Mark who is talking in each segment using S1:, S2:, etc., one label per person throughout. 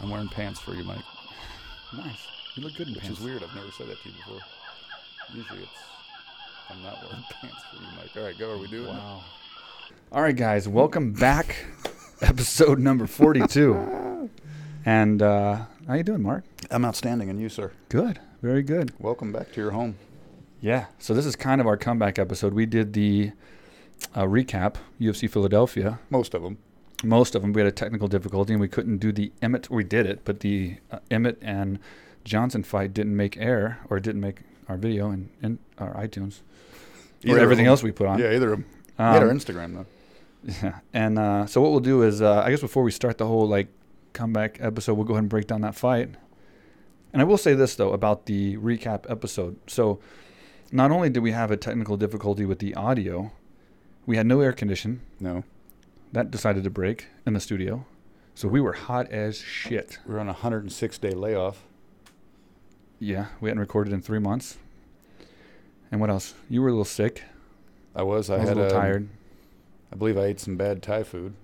S1: I'm wearing pants for you, Mike,
S2: Nice. You look good in
S1: which
S2: pants.
S1: is weird. I've never said that to you before. Usually it's I'm not wearing pants for you, Mike. All right, go. Are we doing
S2: Wow. All right, guys, welcome back. Episode number 42. and uh, how you doing, Mark?
S1: it? I'm outstanding, and you, sir.
S2: Good. Very good.
S1: Welcome back to your home.
S2: Yeah. So this is kind of our comeback episode. We did the uh, recap, UFC Philadelphia.
S1: Most of them.
S2: Most of them, we had a technical difficulty and we couldn't do the Emmett. We did it, but the uh, Emmett and Johnson fight didn't make air or didn't make our video and, and our iTunes or everything else we put on.
S1: Yeah, either of them. we had our
S2: Um,
S1: Instagram though.
S2: Yeah. And uh, so what we'll do is, uh, I guess before we start the whole like comeback episode, we'll go ahead and break down that fight. And I will say this though about the recap episode. So not only did we have a technical difficulty with the audio, we had no air condition
S1: No,
S2: that decided to break in the studio, so we were hot as shit.
S1: we were on a 106 day layoff.
S2: Yeah, we hadn't recorded in three months. And what else? You were a little sick.
S1: I was. I,
S2: I was a
S1: had
S2: little
S1: um,
S2: tired.
S1: I believe I ate some bad Thai food.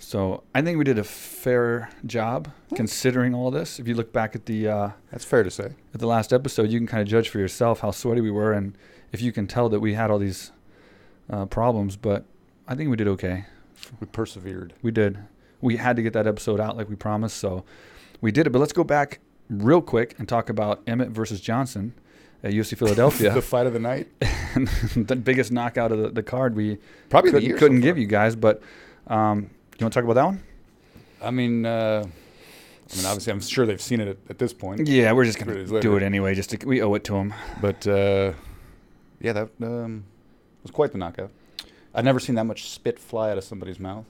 S2: So I think we did a fair job considering all this. If you look back at the uh,
S1: That's fair to say.
S2: at the last episode, you can kind of judge for yourself how sweaty we were and if you can tell that we had all these uh, problems. But I think we did okay.
S1: We persevered.
S2: We did. We had to get that episode out like we promised, so we did it. But let's go back real quick and talk about Emmett versus Johnson at UFC Philadelphia.
S1: the fight of the night,
S2: the biggest knockout of the, the card we
S1: probably
S2: couldn't,
S1: the year so
S2: couldn't
S1: far.
S2: give you guys. But um, you want to talk about that one?
S1: I mean, uh, I mean, obviously, I'm sure they've seen it at, at this point,
S2: Yeah, we're just
S1: gonna
S2: gonna
S1: Pretty later.
S2: do it anyway. Just to, we owe it to him.
S1: but uh, yeah, that um, was quite the knockout. I've never seen that much spit fly out of somebody's mouth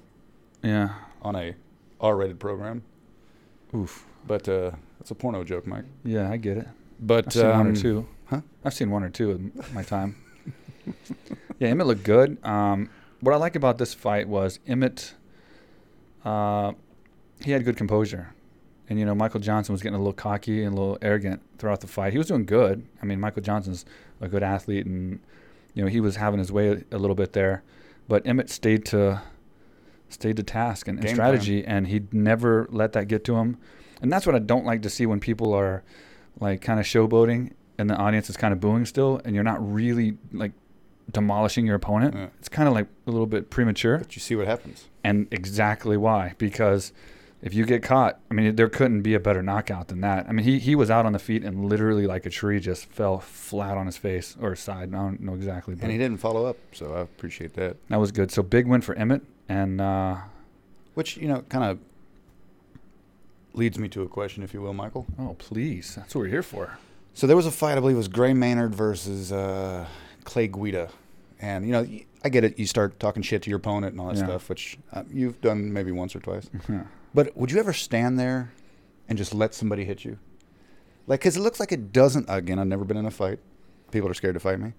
S2: Yeah.
S1: on a R-rated program,
S2: Oof.
S1: but uh, that's a porno joke, Mike.
S2: Yeah, I get it.
S1: But
S2: I've seen one
S1: um,
S2: or two.
S1: huh?
S2: I've seen one or two in my time. yeah, Emmett looked good. Um, what I like about this fight was Emmett. Uh, he had good composure, and you know Michael Johnson was getting a little cocky and a little arrogant throughout the fight. He was doing good. I mean, Michael Johnson's a good athlete, and you know he was having his way a, a little bit there, but Emmett stayed to stayed to task and, and
S1: Game
S2: strategy, and he never let that get to him. And that's what I don't like to see when people are like kind of showboating and the audience is kind of booing still, and you're not really like demolishing your opponent.
S1: Yeah.
S2: It's kind of like a little bit premature,
S1: But you see what happens.
S2: and exactly why because if you get caught, I mean, there couldn't be a better knockout than that. I mean, he he was out on the feet and literally like a tree, just fell flat on his face or side. I don't know exactly, but
S1: And he didn't follow up, so I appreciate that.
S2: that was good. So big win for Emmett, and uh,
S1: Which, you know, kind of leads me to a question, if you will, Michael.
S2: oh please, that's what we're here for.
S1: So there was a fight, I believe it was Gray Maynard versus uh, Clay Guida. And, you know, y- I get it. You start talking shit to your opponent and all that
S2: Yeah.
S1: stuff, which uh, you've done maybe once or twice.
S2: Yeah.
S1: But would you ever stand there and just let somebody hit you? Like, because it looks like it doesn't. Again, I've never been in a fight. People are scared to fight me.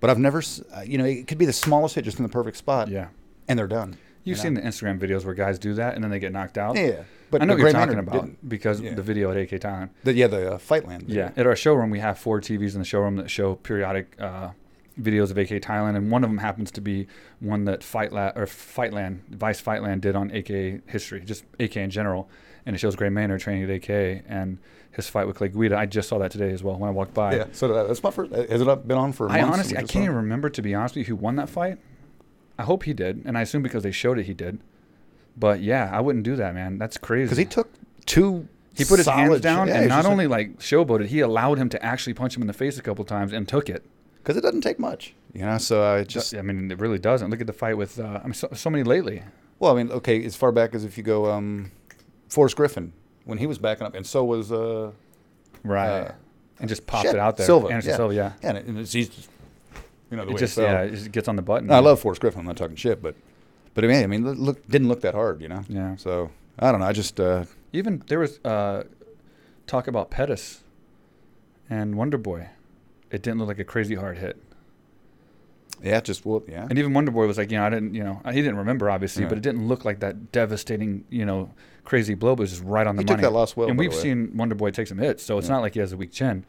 S1: But I've never, s- uh, you know, it could be the smallest hit just in the perfect spot,
S2: yeah.
S1: and they're done.
S2: You've
S1: know?
S2: seen the Instagram videos where guys do that and then they get knocked out.
S1: Yeah. But
S2: I
S1: but
S2: know what you're
S1: Gray
S2: talking
S1: Maynard
S2: about
S1: didn't.
S2: because
S1: Yeah.
S2: the video at AK Town.
S1: The, yeah, the uh, Fightland. video.
S2: Yeah, at our showroom, we have four TVs in the showroom that show periodic uh, videos of AK Thailand, and one of them happens to be one that Fightland or Fightland Vice Fightland did on AK history, just AK in general, and it shows Gray Maynard training at AK and his fight with Clay Guida. I just saw that today as well when I walked by.
S1: Yeah, so did I. that's my first. Has it not been on for?
S2: I
S1: months?
S2: honestly,
S1: We
S2: I
S1: just
S2: can't
S1: saw it?
S2: even remember to be honest with you who won that fight. I hope he did, and I assume because they showed it, he did. But yeah, I wouldn't do that, man. That's crazy.
S1: because he took two.
S2: He put his hands
S1: solid-
S2: down
S1: yeah,
S2: and
S1: he's
S2: not
S1: just
S2: only like showboated, he allowed him to actually punch him in the face a couple times and took it.
S1: like, because it doesn't take much, you know. So I just
S2: Just, I mean, it really doesn't. Look at the fight with uh, I mean, so, so many lately.
S1: well, I mean, okay, as far back as if you go, um, Forrest Griffin when he was backing up, and so was uh,
S2: Right.
S1: Uh,
S2: and just popped
S1: shit,
S2: it out there.
S1: Silva,
S2: Anderson
S1: yeah.
S2: Silva, yeah.
S1: yeah, and, it, and it's, he's just, you know the
S2: It
S1: way
S2: just
S1: it fell.
S2: yeah, it just gets on the button.
S1: No, I love Forrest Griffin. I'm not talking shit, but but I mean, I mean, look- look didn't look that hard, you know.
S2: Yeah.
S1: So I don't know. I just uh,
S2: Even there was uh, talk about Pettis and Wonder Boy. It didn't look like a crazy hard hit.
S1: yeah, just well, yeah.
S2: And even Wonder Boy was like, you know, I didn't, you know, uh, he didn't remember obviously, but
S1: Right.
S2: it didn't look like that devastating, you know, crazy blow. But it was just right on the
S1: He took
S2: money.
S1: that loss well,
S2: and
S1: by
S2: we've
S1: the way.
S2: seen Wonder Boy take some hits, so it's
S1: Yeah.
S2: not like he has a weak chin,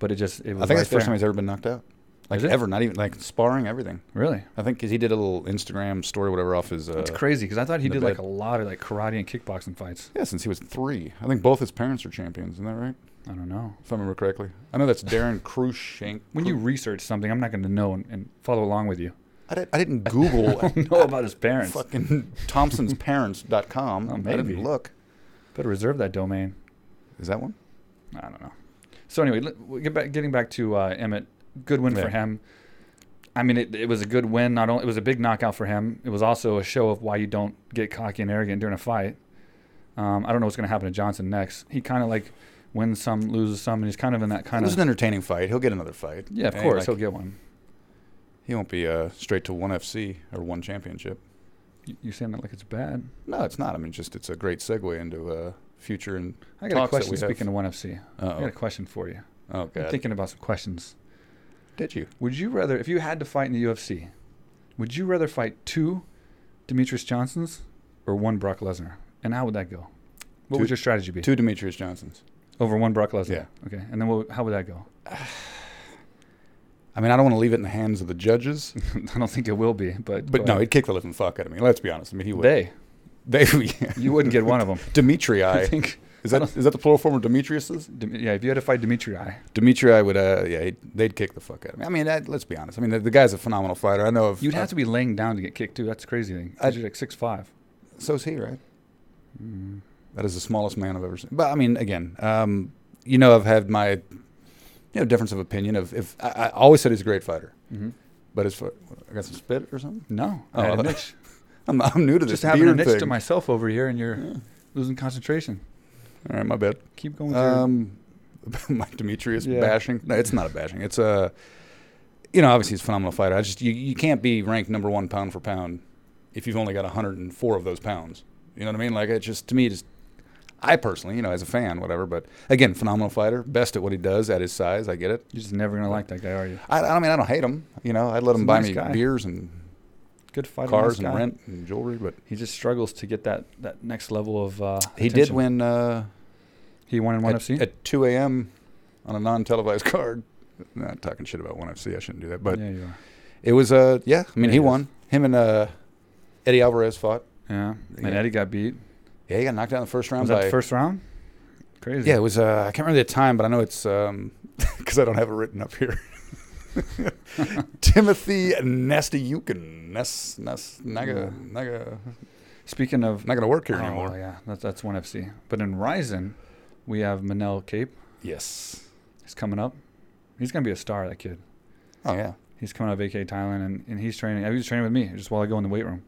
S2: but it just it was.
S1: I think
S2: right
S1: that's the first
S2: there.
S1: time he's ever been knocked out. I Like
S2: Is it?
S1: ever, not even like sparring, everything.
S2: Really?
S1: I think because he did a little Instagram story, whatever, off his. Uh,
S2: That's crazy because I thought he
S1: in the
S2: did like
S1: bed.
S2: a lot of like karate and kickboxing fights.
S1: Yeah, since he was three. I think both his parents are champions. Isn't that right?
S2: I don't know.
S1: If I remember correctly. I know that's Darren Krushank.
S2: When you research something, I'm not going to know and, and follow along with you.
S1: I, did, I didn't Google
S2: I don't know about his parents.
S1: fucking thompsonsparents.com.
S2: Oh,
S1: I
S2: maybe.
S1: didn't look.
S2: Better reserve that domain.
S1: Is that one?
S2: I don't know. So anyway, let- we get back, getting back to uh, Emmett, good win
S1: Yeah.
S2: for him. I mean, it, it was a good win. Not only it was a big knockout for him, it was also a show of why you don't get cocky and arrogant during a fight. Um, I don't know what's going to happen to Johnson next. He kind of like wins some, loses some, and he's kind of in that kind
S1: It was
S2: of
S1: an entertaining fight. He'll get another fight.
S2: yeah. Of
S1: It ain't
S2: course,
S1: like-
S2: he'll get one.
S1: he won't be uh, straight to one FC or one championship.
S2: You- You're saying that like it's bad.
S1: No, it's not. I mean, just it's a great segue into uh, future and.
S2: I got
S1: Talks that
S2: a question.
S1: we have.
S2: Speaking of one FC, I got
S1: Uh
S2: a question for you.
S1: oh. Oh,
S2: I'm
S1: God.
S2: thinking about some questions.
S1: Did you?
S2: Would you rather, if you had to fight in the UFC, would you rather fight two Demetrius Johnsons or one Brock Lesnar? And how would that go? What would
S1: Two-
S2: your strategy be?
S1: Two Demetrius Johnsons.
S2: Over one Brock Lesnar.
S1: Yeah.
S2: Okay. And then what, how would that go?
S1: I mean, I don't want to leave it in the hands of the judges,
S2: I don't think it will be, but
S1: but
S2: go
S1: no,
S2: ahead.
S1: he'd kick the living fuck out of me. Let's be honest. I mean, he would.
S2: they
S1: They, yeah.
S2: you wouldn't get one of them.
S1: Dimitri.
S2: I think.
S1: Is that is that the plural form of Demetrius's?
S2: Dem- Yeah, if you had to fight Dimitri,
S1: Dimitri would, uh, yeah, he'd, they'd kick the fuck out of me. I mean, that, let's be honest. I mean, the, the guy's a phenomenal fighter. I know of. uh,
S2: you'd have to be laying down to get kicked too. That's a crazy thing. 'Cause
S1: I'd-
S2: You're like six five.
S1: So's he, right?
S2: Mm.
S1: That is the smallest man I've ever seen. But I mean, again, um, you know, I've had my, you know, difference of opinion of if I, I always said he's a great fighter,
S2: hmm
S1: but his foot, I got some spit or something.
S2: No,
S1: Oh,
S2: I had
S1: I
S2: a
S1: thought-
S2: niche.
S1: I'm, I'm new to this
S2: Just having a
S1: beard
S2: niche
S1: thing.
S2: to myself over here, and you're
S1: Yeah.
S2: losing concentration.
S1: All right, my bad.
S2: Keep going. With your-
S1: Um, my Demetrius
S2: Yeah.
S1: bashing. No, it's not a bashing. It's a, you know, obviously he's a phenomenal fighter. I just you, you can't be ranked number one pound for pound if you've only got 104 of those pounds. You know what I mean? Like it just to me, just I personally, you know, as a fan, whatever. But again, phenomenal fighter, best at what he does at his size. I get it.
S2: You're just never gonna
S1: uh,
S2: like that guy, are you?
S1: I, I mean, I don't hate him. You know, I'd let him
S2: He's a
S1: buy
S2: nice
S1: me
S2: guy.
S1: beers and
S2: Good fighter,
S1: cars
S2: nice
S1: and
S2: guy.
S1: rent and jewelry, but
S2: He just struggles to get that that next level of. Uh,
S1: he did
S2: attention.
S1: win uh,
S2: He won in one
S1: at,
S2: FC.
S1: at 2 a.m. on a non-televised card. Not talking shit about one FC. I shouldn't do that, but.
S2: yeah, you are.
S1: It was uh yeah. I mean,
S2: Yeah,
S1: he
S2: he was.
S1: won. Him and uh, Eddie Alvarez fought.
S2: Yeah,
S1: Yeah.
S2: and Eddie got beat.
S1: Yeah, he got knocked out in the first round
S2: Was
S1: by.
S2: that the first round? Crazy.
S1: yeah, it was. Uh, I can't remember the time, but I know it's um because I don't have it written up here. Timothy Nastayukin. Ness Ness Naga Naga.
S2: Speaking of
S1: Not gonna work here
S2: oh,
S1: anymore.
S2: yeah, that's that's one FC. But in Ryzen, we have Manel Cape.
S1: Yes.
S2: He's coming up. He's gonna be a star. That kid.
S1: Oh yeah.
S2: He's coming out of AK Thailand, and, and he's training. He was training with me just while I go in the weight room.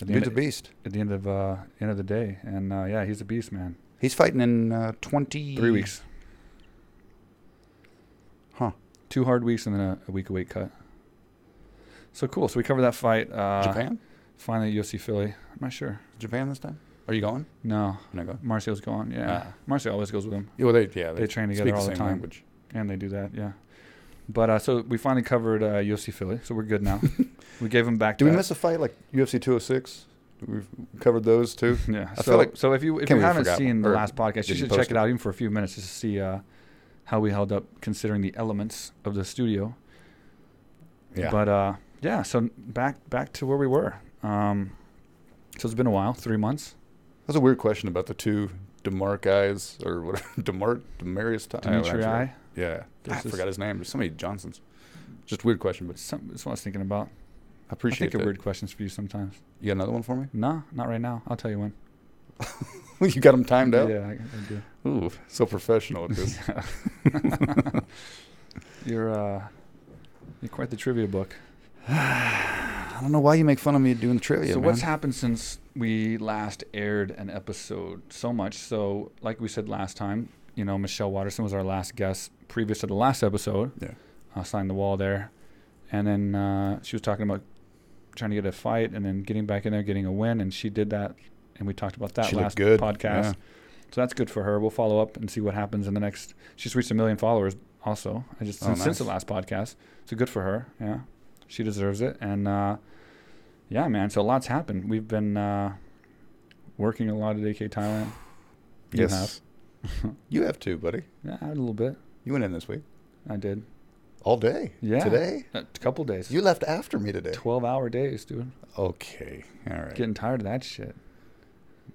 S2: At the,
S1: Dude's
S2: end
S1: a
S2: of,
S1: beast.
S2: at the end of uh, end of the day, and uh, yeah, he's a beast, man.
S1: He's fighting in uh, twenty
S2: Three weeks.
S1: Huh.
S2: Two hard weeks and then a, a week a week cut. So cool. So we cover that fight. Uh,
S1: Japan.
S2: Finally, UFC Philly. I'm not sure.
S1: Japan this time. Are you going?
S2: No,
S1: No, go.
S2: Marcio's gone. Yeah,
S1: Ah.
S2: Marcio always goes with him,
S1: Yeah, well, they yeah
S2: They train together
S1: speak
S2: all the
S1: same
S2: time.
S1: Language.
S2: and they do that. Yeah. But uh, so we finally covered uh, UFC Philly, so we're good now. we gave him back.
S1: Do we
S2: that-
S1: miss a fight like UFC 206? We've covered those too.
S2: Yeah.
S1: I
S2: so,
S1: feel like-
S2: so if you if
S1: can't
S2: you
S1: believe I
S2: haven't
S1: forgot
S2: seen
S1: one.
S2: the
S1: Or
S2: last podcast, you
S1: didn't
S2: should
S1: post
S2: check it
S1: it.
S2: out even for a few minutes just to see uh, how we held up considering the elements of the studio. But uh, yeah, so back back to where we were. Um, so it's been a while, three months.
S1: That's a weird question about the two Demar guys or whatever Demar Demarius. Tho- oh, that's
S2: Dimitri,
S1: right.
S2: I,
S1: Yeah, I
S2: This is-
S1: forgot his name. There's so many Johnsons. Just weird question, but
S2: some, that's what I was thinking about.
S1: I appreciate
S2: I think
S1: that.
S2: of weird questions for you sometimes.
S1: You got another one for me?
S2: No, not right now. I'll tell you when.
S1: you got them timed out?
S2: Yeah, I, I do.
S1: Ooh, so professional at this.
S2: You're uh, you're quite the trivia book.
S1: I don't know why you make fun of me doing trivia.
S2: so what's
S1: man.
S2: happened since we last aired an episode? So much. So like we said last time, you know, Michelle Watterson was our last guest previous to the last episode.
S1: Yeah.
S2: Uh, signed the wall there, and then uh, she was talking about trying to get a fight and then getting back in there, getting a win, and she did that. And we talked about that
S1: She looked
S2: last
S1: good,
S2: podcast.
S1: yeah.
S2: So that's good for her. We'll follow up and see what happens in the next. She's reached a million followers. Also, I just
S1: Oh,
S2: since, since
S1: nice.
S2: the last podcast. So good for her. Yeah, she deserves it. And uh, yeah, man. So a lot's happened. We've been uh, working a lot at AK Thailand. You
S1: yes. you have two, buddy.
S2: have. Yeah, I had a little bit.
S1: You went in this week.
S2: I did.
S1: all day.
S2: Yeah.
S1: Today?
S2: A couple days.
S1: You left after me today.
S2: 12 hour days, dude.
S1: Okay. All right.
S2: Getting tired of that shit.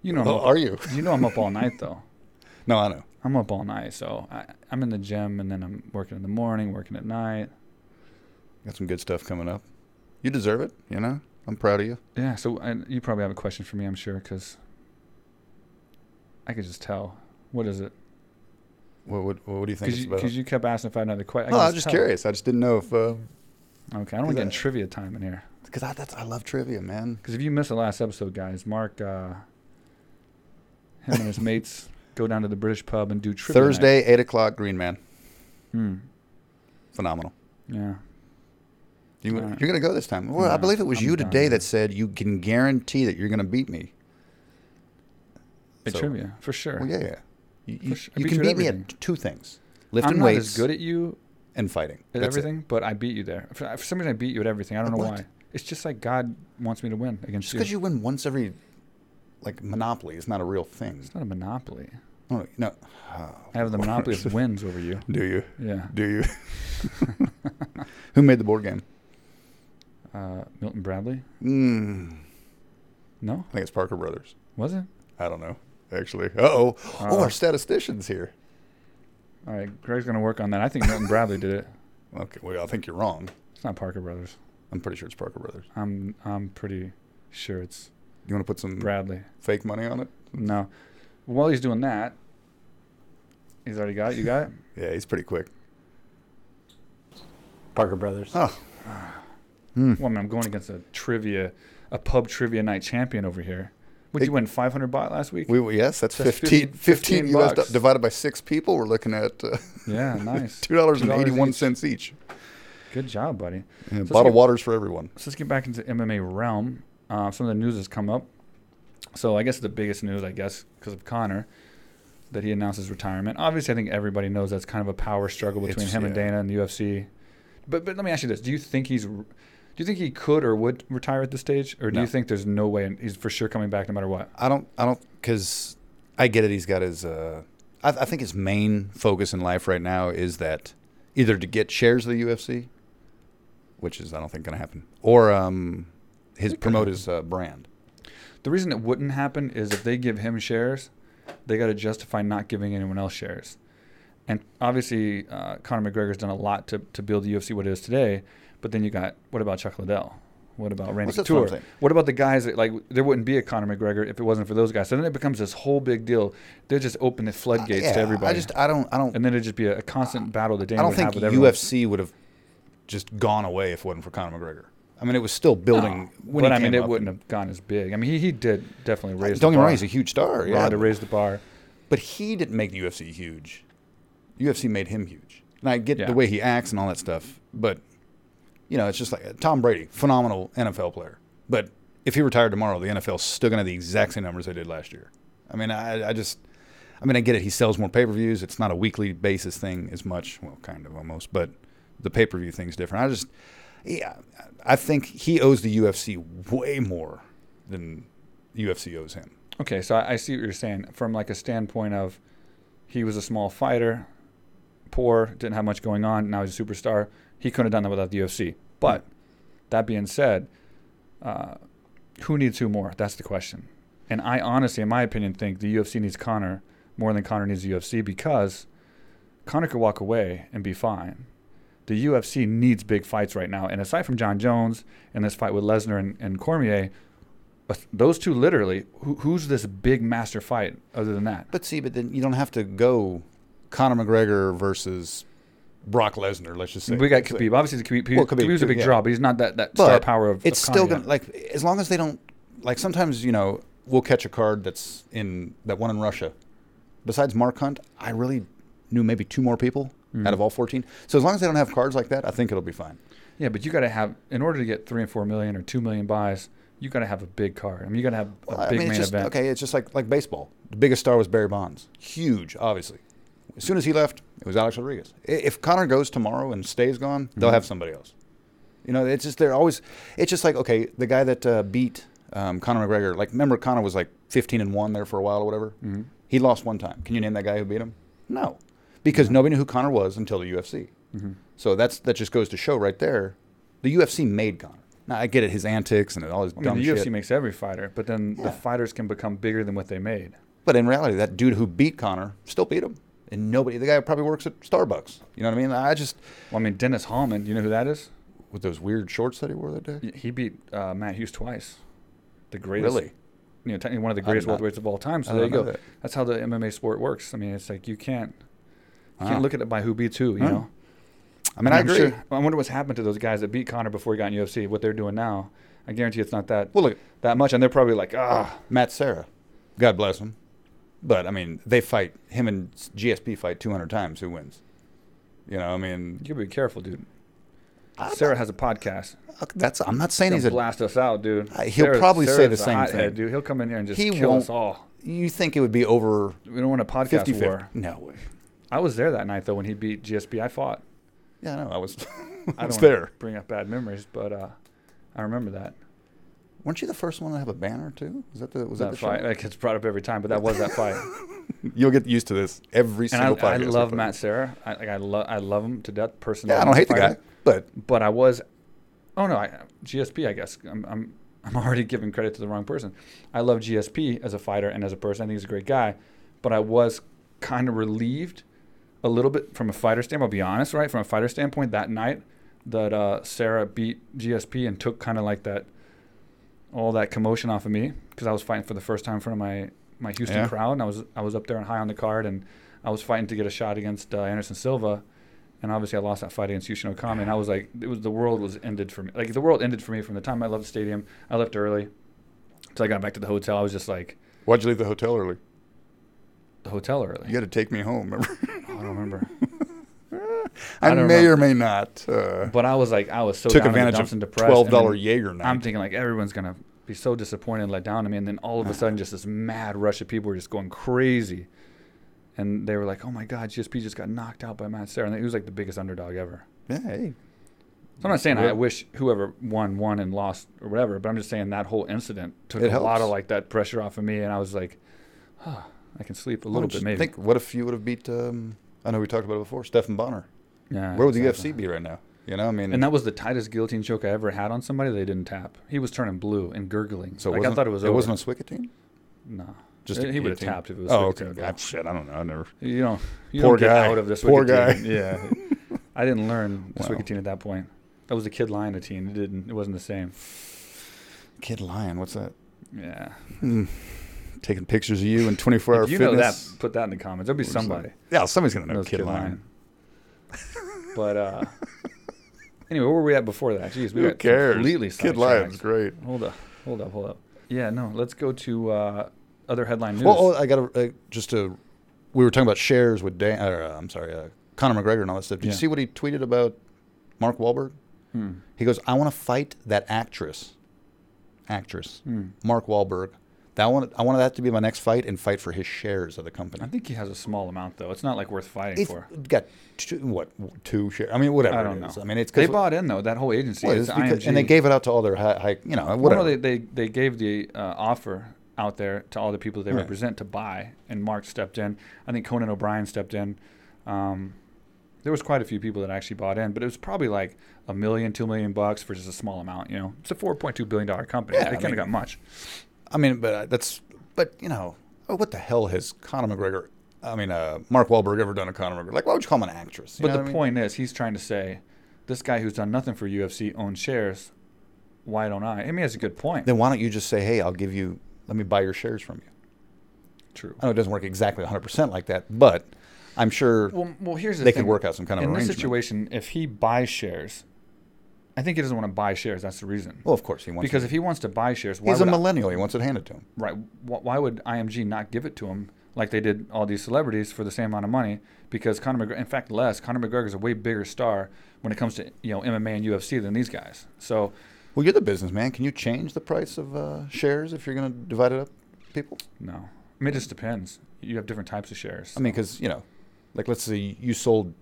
S2: You know, I'm
S1: Oh,
S2: up-
S1: are you?
S2: you know I'm up all night though.
S1: No, I know.
S2: I'm up all night, so I, I'm in the gym and then I'm working in the morning, working at night.
S1: Got some good stuff coming up. You deserve it, you know? I'm proud of you.
S2: Yeah, so I, you probably have a question for me, I'm sure, because I could just tell. What is it?
S1: What, what, what do you think
S2: Because
S1: it's
S2: you,
S1: about?
S2: 'cause you kept asking if I had another question.
S1: no, I was just curious. I just didn't know if.
S2: Okay, I don't want to get in
S1: 'Cause I-
S2: trivia time in here.
S1: Because I that's I love trivia, man.
S2: Because if you missed the last episode, guys, Mark, uh, him and his mates go down to the British pub and do trivia. night.
S1: Thursday, 8 o'clock, Green Man.
S2: Hmm.
S1: Phenomenal.
S2: Yeah.
S1: You,
S2: All right.
S1: You're going to go this time. Well, I
S2: No,
S1: believe it was
S2: I'm
S1: you
S2: done.
S1: today that said you can guarantee that you're going to beat me.
S2: At
S1: So-
S2: trivia, for sure.
S1: Well, yeah, yeah. You, you,
S2: For sure. I
S1: you
S2: beat
S1: can
S2: you
S1: beat
S2: at
S1: me
S2: everything.
S1: at two things lifting
S2: I'm not
S1: weights
S2: as good at you
S1: and fighting.
S2: at
S1: That's it.
S2: everything, but I beat you there. For, for some reason, I beat you at everything. I don't
S1: At
S2: know
S1: what?
S2: why. It's just like God wants me to win against
S1: Just because
S2: you.
S1: you win once every, like, Monopoly is not a real thing.
S2: It's not a monopoly.
S1: Oh, no. Oh,
S2: I have the
S1: Lord.
S2: monopoly of wins over you.
S1: Do you?
S2: Yeah.
S1: Do you? Who made the board game?
S2: Uh, Milton Bradley?
S1: Mm,
S2: No?
S1: I think it's Parker Brothers.
S2: Was it?
S1: I don't know, actually. Uh-oh. oh,
S2: Uh.
S1: our statistician's here.
S2: All right, Greg's going to work on that. I think Milton Bradley did it.
S1: Okay, well, I think you're wrong.
S2: It's not Parker Brothers.
S1: I'm pretty sure it's Parker Brothers.
S2: I'm I'm pretty sure it's
S1: You want to put some
S2: Bradley.
S1: fake money on it?
S2: No. While he's doing that, he's already got it. You got it?
S1: Yeah, he's pretty quick.
S3: Parker Brothers.
S1: Oh, Hmm.
S2: Well, I mean, I'm going against a trivia, a pub trivia night champion over here. Would
S1: It-
S2: you win 500 baht last week?
S1: we, we- yes, that's,
S2: That's
S1: 15,
S2: 15
S1: 15 US
S2: bucks.
S1: do- divided by six people. We're looking at uh,
S2: yeah, nice.
S1: $2.81 each.
S2: Good job, buddy.
S1: Yeah,
S2: let's
S1: bottle
S2: get-
S1: waters for everyone.
S2: So let's get back into MMA realm. Uh, some of the news has come up. So I guess the biggest news, I guess, because of Connor, that he announced his retirement. Obviously, I think everybody knows that's kind of a power struggle between
S1: It's-
S2: him and
S1: yeah.
S2: Dana and the UFC. But but let me ask you this: Do you think he's, do you think he could or would retire at this stage, or do you
S1: No.
S2: think there's no way and he's for sure coming back no matter what?
S1: I don't, I don't, because I get it. He's got his, uh, I, I think his main focus in life right now is that either to get shares of the UFC, which is, I don't think, going to happen, or um, his promote his uh, brand.
S2: The reason it wouldn't happen is if they give him shares, they got to justify not giving anyone else shares. And obviously, uh, Conor McGregor's done a lot to, to build the UFC what it is today. But then you got what about Chuck Liddell? What about Randy
S1: Well, that's what I'm
S2: Couture?
S1: saying.
S2: What about the guys that like there wouldn't be a Conor McGregor if it wasn't for those guys? So then it becomes this whole big deal. They just open the floodgates
S1: Yeah,
S2: to everybody,
S1: I just, I don't, I don't,
S2: and then it'd just be a, a constant battle that
S1: I
S2: Dana
S1: don't
S2: would
S1: think
S2: have with everyone.
S1: UFC would have just gone away if it wasn't for Conor McGregor. I mean, it was still building. when
S2: but
S1: he
S2: I mean,
S1: came
S2: it
S1: up.
S2: wouldn't have gone as big. I mean, he, he did definitely raise.
S1: Don't get me
S2: the bar.
S1: wrong, he's a huge star. Yeah,
S2: Ronda raised the bar.
S1: But he didn't make the UFC huge. UFC made him huge. And I get
S2: Yeah.
S1: the way he acts and all that stuff, but you know, it's just like Tom Brady, phenomenal NFL player. But if he retired tomorrow, the NFL's still gonna have the exact same numbers they did last year. I mean, I, I just, I mean, I get it. He sells more pay-per-views. It's not a weekly basis thing as much. Well, kind of almost, but the pay-per-view thing's different. I just, yeah, I think he owes the UFC way more than UFC owes him.
S2: Okay, so I, I see what you're saying from like a standpoint of he was a small fighter, poor, didn't have much going on. Now he's a superstar. He couldn't have done that without the UFC. But that being said, uh, who needs who more? That's the question. And I honestly, in my opinion, think the UFC needs Connor more than Connor needs the UFC because Connor could walk away and be fine. The UFC needs big fights right now. And aside from John Jones and this fight with Lesnar and, and Cormier, but those two literally, who, who's this big master fight other than that?
S1: But see, but then you don't have to go Conor McGregor versus Brock Lesnar. Let's just say
S2: we got
S1: Say-
S2: Khabib. Obviously, the Khabib,
S1: Well, Khabib
S2: Khabib's a
S1: too,
S2: big
S1: yeah.
S2: draw, but he's not that, that
S1: But
S2: star power of.
S1: it's
S2: of
S1: still
S2: Conor
S1: gonna
S2: yet.
S1: like as long as they don't like sometimes you know we'll catch a card that's in that one in Russia. Besides Mark Hunt, I really knew maybe two more people
S2: Mm.
S1: out of all fourteen. So as long as they don't have cards like that, I think it'll be fine.
S2: Yeah, but you got to have in order to get three and four million or two million buys, you got to have a big card. I mean, you got to have a
S1: I
S2: big
S1: mean,
S2: main
S1: it's just
S2: event.
S1: okay. It's just like like baseball. The biggest star was Barry Bonds, huge, obviously. As soon as he left, it was Alex Rodriguez. I- If Connor goes tomorrow and stays gone, they'll
S2: Mm-hmm.
S1: have somebody else. You know, it's just they're always. It's just like okay, the guy that uh, beat um, Conor McGregor. Like, remember Connor was like 15 and one there for a while or whatever.
S2: Mm-hmm.
S1: He lost one time. Can you name that guy who beat him? No, because nobody knew who Connor was until the UFC.
S2: Mm-hmm.
S1: So that's that just goes to show right there, the UFC made Conor. Now I get it, his antics and all his
S2: I
S1: dumb
S2: mean, the
S1: shit.
S2: UFC makes every fighter, but then
S1: Yeah.
S2: the fighters can become bigger than what they made.
S1: But in reality, that dude who beat Connor still beat him, and nobody. The guy probably works at Starbucks. You know what I mean? I just
S2: Well, I mean, Dennis Hallman, you know who that is?
S1: with those weird shorts that he wore that day.
S2: Y- He beat uh, Matt Hughes twice. The greatest,
S1: Really?
S2: You know, technically one of the
S1: I did
S2: greatest
S1: not-
S2: welterweights of all time.
S1: I
S2: So there you
S1: don't
S2: go.
S1: know that.
S2: That's how the MMA sport works. I mean, it's like you can't, you
S1: Wow.
S2: can't look at it by who beats who. You
S1: Huh.
S2: know.
S1: I mean, I
S2: I'm
S1: agree.
S2: sure- I wonder what's happened to those guys that beat Connor before he got in UFC. What they're doing now, I guarantee it's not that
S1: Well, look,
S2: that much. And they're probably like, ah,
S1: Matt Sarah, God bless him, but I mean, they fight him and GSP fight 200 times. Who wins? You know, I mean,
S2: you gotta be careful, dude.
S1: I'm
S2: Sarah has a podcast.
S1: not- that's. I'm not saying
S2: He's
S1: he's
S2: gonna
S1: a.
S2: blast us out, dude.
S1: Uh, he'll probably say the
S2: a
S1: same
S2: hothead,
S1: thing.
S2: dude. He'll come in here and just
S1: He
S2: kill
S1: won't-
S2: us all.
S1: You think it would be over
S2: We don't want a podcast
S1: 50
S2: war.
S1: No way.
S2: I was there that night though when he beat GSP. I fought.
S1: Yeah, I know. I was.
S2: I
S1: I was
S2: don't
S1: there.
S2: wanna Bring up bad memories, but uh, I remember that
S1: Weren't you the first one to have a banner too? Was that the was that,
S2: that
S1: the
S2: fight.
S1: show?
S2: That gets brought up every time, but that was that fight.
S1: You'll get used to this every
S2: and
S1: single
S2: I,
S1: podcast.
S2: I
S1: we
S2: love
S1: put.
S2: Matt Sarah. I, like I love I love him to death personally.
S1: Yeah, I don't hate the guy, but
S2: But I was, oh no, I, GSP. I guess I'm, I'm I'm already giving credit to the wrong person. I love GSP as a fighter and as a person. I think he's a great guy, but I was kind of relieved a little bit from a fighter standpoint. I'll be honest, right? From a fighter standpoint, that night that uh, Sarah beat GSP and took kind of like that all that commotion off of me because I was fighting for the first time in front of my my Houston
S1: Yeah.
S2: crowd. And I was I was up there and high on the card, and I was fighting to get a shot against uh, Anderson Silva, and obviously I lost that fight against Yushin Okami, and I was like, it was the world was ended for me. Like the world ended for me from the time I left the stadium. I left early, till I got back to the hotel. I was just like
S1: why'd you leave the hotel early?
S2: the hotel early.
S1: You had to take me home. Remember?
S2: I don't remember,
S1: I,
S2: I don't
S1: may
S2: remember.
S1: or may not uh,
S2: but I was like, I was so
S1: took
S2: down in the
S1: advantage
S2: dumps and
S1: of
S2: depressed, and
S1: twelve dollar
S2: then-
S1: Jaeger night.
S2: I'm thinking like everyone's gonna be so disappointed and let down. I mean, then all of a sudden, just this mad rush of people were just going crazy, and they were like, "Oh my God, GSP just got knocked out by Matt Sarah," and he was like the biggest underdog ever.
S1: yeah, hey.
S2: So I'm not saying I
S1: Yeah.
S2: wish whoever won won and lost or whatever, but I'm just saying that whole incident took
S1: It
S2: a lot
S1: helps.
S2: of like that pressure off of me, and I was like, "Huh, I can sleep a
S1: Why
S2: little
S1: don't
S2: bit
S1: you
S2: Oh, maybe."
S1: Think, what if you would have beat? Um, I know we talked about it before. Stefan Bonner.
S2: yeah,
S1: Where would
S2: exactly.
S1: the UFC be right now? You know, I mean,
S2: And that was the tightest guillotine choke I ever had on somebody. They didn't tap. He was turning blue and gurgling.
S1: so
S2: So like I
S1: wasn't-
S2: thought it was
S1: It
S2: over.
S1: wasn't a Swickatine.
S2: no.
S1: Just
S2: He-
S1: a
S2: he would've
S1: guillotine?
S2: tapped if it was
S1: Oh,
S2: Swickatine,
S1: okay.
S2: yeah.
S1: Ah, shit, I don't know. I never.
S2: You don't. You
S1: Poor
S2: don't get
S1: guy.
S2: out of this.
S1: Poor
S2: Wicked
S1: guy.
S2: Teen. Yeah. I didn't learn the
S1: Wow.
S2: Wicked Teen at that point. I was a kid lying to teen. It didn't. It wasn't the same.
S1: Kid Lion. What's that?
S2: Yeah.
S1: Hmm. Taking pictures of you in 24 hour
S2: If you know that,
S1: fitness.
S2: put that in the comments. There'll be
S1: Or something.
S2: somebody
S1: Yeah, somebody's gonna know
S2: knows
S1: Kid, Lion.
S2: but uh, anyway, where were we at before that? Jeez, we
S1: Who
S2: got
S1: cares?
S2: completely
S1: Kid Lion's
S2: sidetracked.
S1: great.
S2: Hold up. Hold up. Hold up. Yeah. No. Let's go to uh, other headline news.
S1: Well, oh, I got to uh, just to. We were talking about shares with Dan. Or, uh, I'm sorry, uh, Conor McGregor and all that stuff. Did
S2: Yeah.
S1: you see what he tweeted about Mark Wahlberg?
S2: Hmm.
S1: He goes, "I want to fight that actress, actress
S2: Hmm.
S1: Mark Wahlberg. That one, I want that to be my next fight and fight for his shares of the company.
S2: I think he has a small amount though. It's not like worth fighting
S1: it's
S2: for.
S1: got two, what two shares? I mean, whatever.
S2: I don't
S1: it is.
S2: know.
S1: I mean, it's 'cause
S2: they
S1: what-
S2: bought in though. That whole agency.
S1: well,
S2: it's
S1: it's because- and
S2: IMG.
S1: they gave it out to all their high, high you know,
S2: Well, no,
S1: whatever.
S2: they, they they gave the uh, offer out there to all the people that they
S1: Right.
S2: represent to buy, and Mark stepped in. I think Conan O'Brien stepped in. Um, there was quite a few people that actually bought in, but it was probably like a million, two million bucks for just a small amount. You know, it's a four point two billion dollar company.
S1: Yeah,
S2: they
S1: I
S2: kind of
S1: mean-
S2: got much.
S1: I mean, but uh, that's but you know, oh, what the hell has Conor McGregor? I mean, uh, Mark Wahlberg ever done a Conor McGregor? Like, why would you call him an actress? You
S2: But
S1: know
S2: the
S1: what I mean?
S2: point is, he's trying to say, this guy who's done nothing for UFC owns shares. Why don't I? I mean, that's a good point.
S1: Then why don't you just say, hey, I'll give you, let me buy your shares from you?
S2: True.
S1: I know it doesn't work exactly 100 percent like that, but I'm sure
S2: Well, m- well, here's the
S1: they
S2: thing.
S1: could work out some kind of
S2: in this
S1: arrangement.
S2: situation, if he buys shares, I think he doesn't want to buy shares. That's the reason.
S1: Well, of course he wants.
S2: because
S1: it.
S2: if he wants to buy shares, why
S1: he's a
S2: would I-
S1: millennial, he wants it handed to him.
S2: right? wh- Why would IMG not give it to him like they did all these celebrities for the same amount of money? Because Conor McGregor, in fact, less Conor McGregor is a way bigger star when it comes to you know MMA and UFC than these guys. So
S1: Well, you're the businessman. Can you change the price of uh, shares if you're going to divide it up, people?
S2: no, I mean it just depends. You have different types of shares.
S1: I mean, because you know, like let's say you sold
S2: You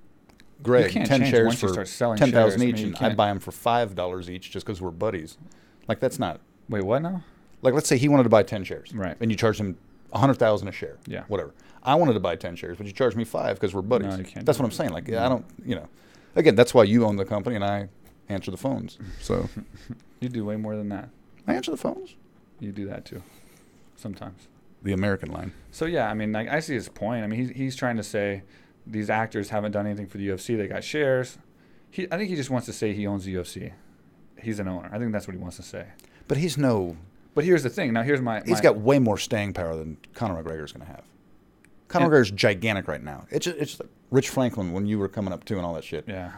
S1: Greg
S2: can't
S1: ten
S2: change
S1: shares
S2: once you
S1: for
S2: start selling
S1: ten thousand
S2: shares.
S1: each,
S2: I mean, you
S1: and I
S2: can't-
S1: buy them for five dollars each just because we're buddies. Like that's not
S2: Wait, what now?
S1: like let's say he wanted to buy ten shares,
S2: Right.
S1: And you charge him a hundred thousand a share,
S2: Yeah.
S1: whatever. I wanted to buy ten shares, but you charge me five because we're buddies.
S2: you can't
S1: that's
S2: do
S1: what I'm saying. Like I don't, you know, Again, that's why you own the company and I answer the phones. So
S2: You do way more than that.
S1: I answer the phones.
S2: You do that too, sometimes.
S1: The American line.
S2: So yeah, I mean, like I see his point. I mean, he's he's trying to say these actors haven't done anything for the UFC. They got shares. He, I think he just wants to say he owns the UFC. He's an owner. I think that's what he wants to say.
S1: But he's no.
S2: But here's the thing. Now here's my.
S1: He's
S2: my-
S1: got way more staying power than Conor McGregor's going to have. Conor
S2: And-
S1: McGregor's gigantic right now. It's just, it's just like Rich Franklin when you were coming up too and all that shit.
S2: Yeah,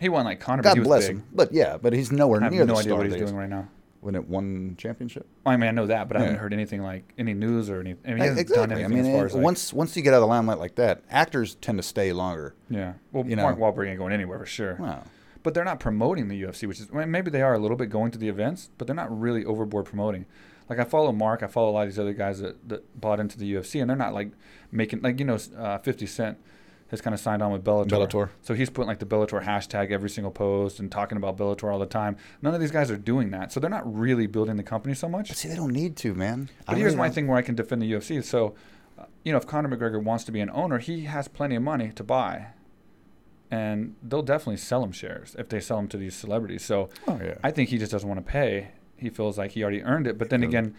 S2: he won like Conor. but he
S1: God
S2: was
S1: bless
S2: big.
S1: him. But yeah, but he's nowhere
S2: I have
S1: near
S2: no
S1: the
S2: idea
S1: star
S2: what he's
S1: days.
S2: doing right now.
S1: When it won championship.
S2: I mean, I know that, but I haven't
S1: Yeah. E,
S2: heard anything like any news or any. I mean, he hasn't done
S1: Exactly. I
S2: anything
S1: mean,
S2: as far
S1: it-
S2: as like,
S1: once once you get out of the limelight like that, actors tend to stay longer.
S2: Yeah, well,
S1: you
S2: Mark
S1: know.
S2: Wahlberg ain't going anywhere for sure.
S1: Wow.
S2: But they're not promoting the UFC, which is well, maybe they are a little bit going to the events, but they're not really overboard promoting. Like I follow Mark, I follow a lot of these other guys that, that bought into the UFC, and they're not like making like you know uh, Fifty Cent has kind of signed on with Bellator.
S1: Bellator.
S2: So he's putting like the Bellator hashtag every single post and talking about Bellator all the time. None of these guys are doing that, so they're not really building the company so much.
S1: But see, they don't need to, man. I
S2: But here's
S1: really
S2: my
S1: don't.
S2: thing where I can defend the UFC. So, uh, you know, if Conor McGregor wants to be an owner, he has plenty of money to buy, and they'll definitely sell him shares if they sell them to these celebrities. So,
S1: Oh yeah.
S2: I think he just doesn't want to pay. He feels like he already earned it. But then
S1: doesn't.
S2: again,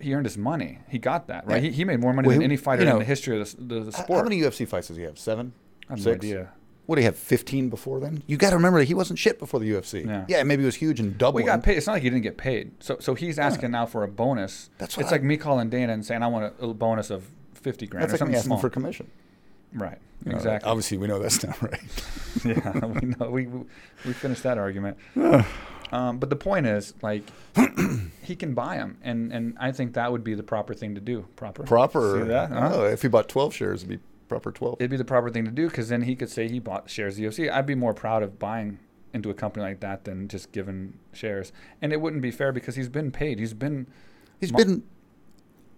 S2: he earned his money. He got that right.
S1: Yeah.
S2: He, he made more money
S1: Well,
S2: than
S1: he-
S2: any fighter
S1: you know,
S2: in the history of the, the, the
S1: H-
S2: sport.
S1: How many UFC fights does he have? Seven.
S2: I have no
S1: Six?
S2: idea.
S1: What do you have? Fifteen before then? You got to remember that he wasn't shit before the UFC.
S2: Yeah.
S1: maybe he was huge in Dublin.
S2: We got paid. It's not like he didn't get paid. So so he's asking now for a bonus.
S1: That's what
S2: it's
S1: I-
S2: like me calling Dana and saying I want a, a bonus of fifty grand
S1: That's
S2: or
S1: like me
S2: something
S1: asking
S2: small.
S1: for commission.
S2: right.
S1: You know,
S2: exactly.
S1: Obviously, we know that's not right.
S2: yeah, we know we we we finished that argument. um, but the point is, like, he can buy them, and and I think that would be the proper thing to do. Proper.
S1: Proper.
S2: See that? Huh?
S1: Oh, if he bought twelve shares, it'd be proper twelve.
S2: It'd be the proper thing to do because then he could say he bought shares of the UFC. I'd be more proud of buying into a company like that than just giving shares, and it wouldn't be fair because he's been paid. He's been
S1: He's
S2: Mo-
S1: been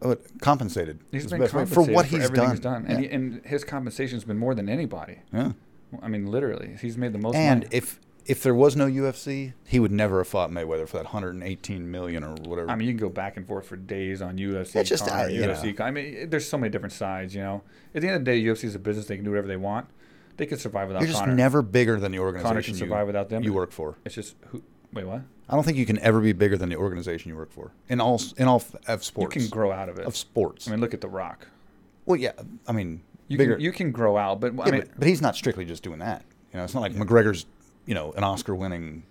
S1: uh, compensated.
S2: he's
S1: is
S2: been
S1: the best way-
S2: compensated
S1: for what he's
S2: everything
S1: done.
S2: he's done, and, he, and his compensation's been more than anybody.
S1: yeah.
S2: I mean, literally, he's made the most.
S1: And
S2: money.
S1: if if there was no UFC, he would never have fought Mayweather for that 118 million or whatever.
S2: I mean, you can go back and forth for days on UFC.
S1: It's just,
S2: Conor,
S1: I- you
S2: UFC.
S1: know.
S2: Con- I mean, there's so many different sides. You know, at the end of the day, UFC is a business. They can do whatever they want. They could survive without
S1: You're just
S2: Conor.
S1: never bigger than the organization you-
S2: survive without them.
S1: you work for.
S2: it's just who. Wait, what?
S1: I don't think you can ever be bigger than the organization you work for in all s- in all f- of
S2: You
S1: sports.
S2: can grow out of it.
S1: of sports.
S2: I mean, look at The Rock.
S1: well, yeah, I mean
S2: You
S1: bigger.
S2: can you can grow out, but I
S1: yeah,
S2: mean,
S1: but, but he's not strictly just doing that. You know, it's not like McGregor's. You know, an Oscar-winning.